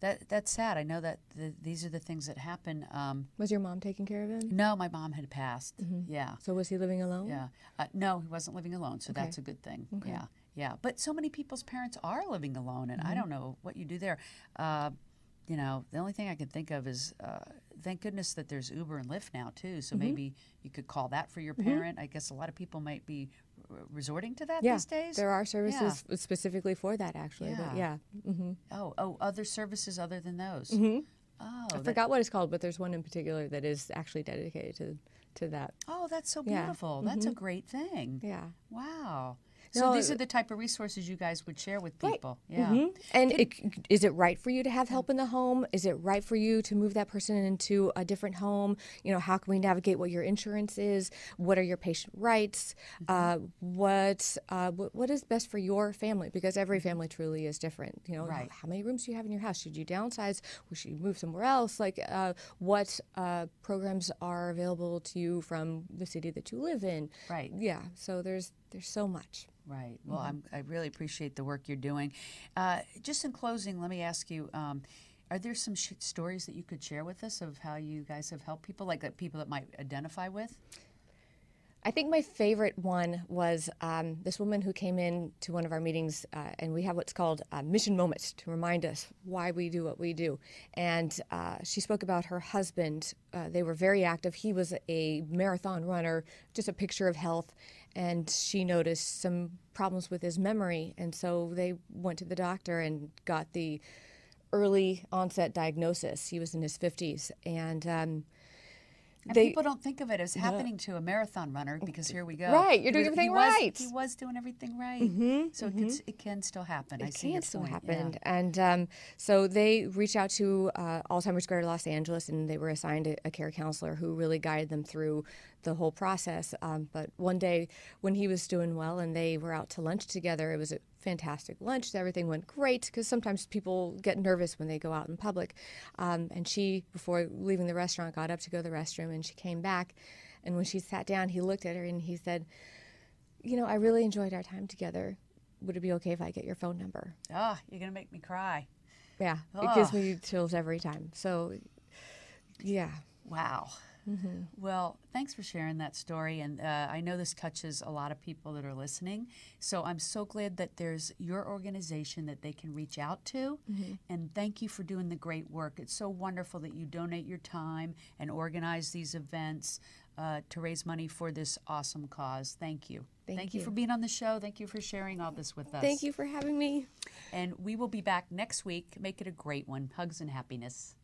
[SPEAKER 1] that that's sad. I know that the, these are the things that happen. Um,
[SPEAKER 9] Was your mom taking care of him?
[SPEAKER 1] no, my mom had passed. Yeah,
[SPEAKER 9] So was he living alone?
[SPEAKER 1] yeah. Uh, no, he wasn't living alone, so that's a
[SPEAKER 9] Okay.
[SPEAKER 1] good thing.
[SPEAKER 9] Okay.
[SPEAKER 1] Yeah, yeah. But so many people's parents are living alone, and
[SPEAKER 9] Mm-hmm.
[SPEAKER 1] I don't know what you do there. Uh, you know, the only thing I can think of is uh, thank goodness that there's Uber and Lyft now too. So
[SPEAKER 9] Mhm.
[SPEAKER 1] maybe you could call that for your
[SPEAKER 9] Mhm.
[SPEAKER 1] parent. I guess a lot of people might be r- resorting to that
[SPEAKER 9] yeah,
[SPEAKER 1] these days.
[SPEAKER 9] There are
[SPEAKER 1] Yeah.
[SPEAKER 9] services f- specifically for that, actually. But
[SPEAKER 1] Yeah.
[SPEAKER 9] yeah. hmm
[SPEAKER 1] Oh, oh, other services other than those.
[SPEAKER 9] Mhm.
[SPEAKER 1] Oh,
[SPEAKER 9] I
[SPEAKER 1] that-
[SPEAKER 9] forgot what it's called, but there's one in particular that is actually dedicated to to that.
[SPEAKER 1] Oh, that's so
[SPEAKER 9] Yeah. Mm-hmm.
[SPEAKER 1] beautiful. That's a
[SPEAKER 9] Mhm.
[SPEAKER 1] great thing.
[SPEAKER 9] Yeah.
[SPEAKER 1] Wow.
[SPEAKER 10] So these are the type of resources you guys would share with people. Yeah.
[SPEAKER 9] Mhm. And it, is it right for you to have help in the home? Is it right for you to move that person into a different home? You know, how can we navigate what your insurance is? What are your patient rights?
[SPEAKER 10] Mm-hmm.
[SPEAKER 9] Uh, what, uh, what what is best for your family? Because every family truly is different. You know,
[SPEAKER 10] Mm-hmm. Right.
[SPEAKER 9] how many rooms do you have in your house? Should you downsize? Or should you move somewhere else? Like, uh, what uh, programs are available to you from the city that you live in?
[SPEAKER 10] Right.
[SPEAKER 9] Yeah. So there's there's so much.
[SPEAKER 10] Right. Well,
[SPEAKER 9] Mhm.
[SPEAKER 10] I'm, I really appreciate the work you're doing. Uh, just in closing, let me ask you: um, Are there some sh- stories that you could share with us of how you guys have helped people, like that people that might identify with?
[SPEAKER 9] I think my favorite one was um, this woman who came in to one of our meetings, uh, and we have what's called uh, mission moments to remind us why we do what we do. And uh, she spoke about her husband. Uh, they were very active. He was a marathon runner, just a picture of health. And she noticed some problems with his memory. And so they went to the doctor and got the early onset diagnosis. He was in his 50s. And um,
[SPEAKER 10] And
[SPEAKER 9] They-
[SPEAKER 10] people don't think of it as
[SPEAKER 9] No.
[SPEAKER 10] happening to a marathon runner because here we go.
[SPEAKER 9] Right, you're
[SPEAKER 10] He
[SPEAKER 9] doing
[SPEAKER 10] was-
[SPEAKER 9] everything
[SPEAKER 10] he was-
[SPEAKER 9] right.
[SPEAKER 10] He was doing everything right.
[SPEAKER 9] Mhm,
[SPEAKER 10] So It, can, it can still happen. I
[SPEAKER 9] it
[SPEAKER 10] see your
[SPEAKER 9] can still
[SPEAKER 10] point,
[SPEAKER 9] happen.
[SPEAKER 10] yeah.
[SPEAKER 9] And um, so they reached out to uh, Alzheimer's Greater Los Angeles, and they were assigned a, a care counselor who really guided them through the whole process. Um, but one day, when he was doing well, and they were out to lunch together, it was a fantastic lunch. Everything went great because sometimes people get nervous when they go out in public. Um, and she, before leaving the restaurant, got up to go to the restroom, and she came back. And when she sat down, he looked at her and he said, "You know, I really enjoyed our time together." Would it be okay if I get your phone number?
[SPEAKER 10] Ah, you're gonna make me cry.
[SPEAKER 9] Yeah, it gives
[SPEAKER 10] Ugh.
[SPEAKER 9] me chills every time. So, yeah.
[SPEAKER 10] Wow.
[SPEAKER 9] Mhm.
[SPEAKER 10] Well, thanks for sharing that story. And uh, I know this touches a lot of people that are listening. So I'm so glad that there's your organization that they can reach out to.
[SPEAKER 9] Mm-hmm.
[SPEAKER 12] Mhm.
[SPEAKER 10] And thank you for doing the great work. It's so wonderful that you donate your time and organize these events uh, to raise money for this awesome cause. Thank you.
[SPEAKER 9] Thank
[SPEAKER 10] you
[SPEAKER 9] you.
[SPEAKER 10] for being on the show. Thank you for sharing all this with us.
[SPEAKER 9] Thank you for having me.
[SPEAKER 10] And we will be back next week. Make it a great one. Hugs and happiness.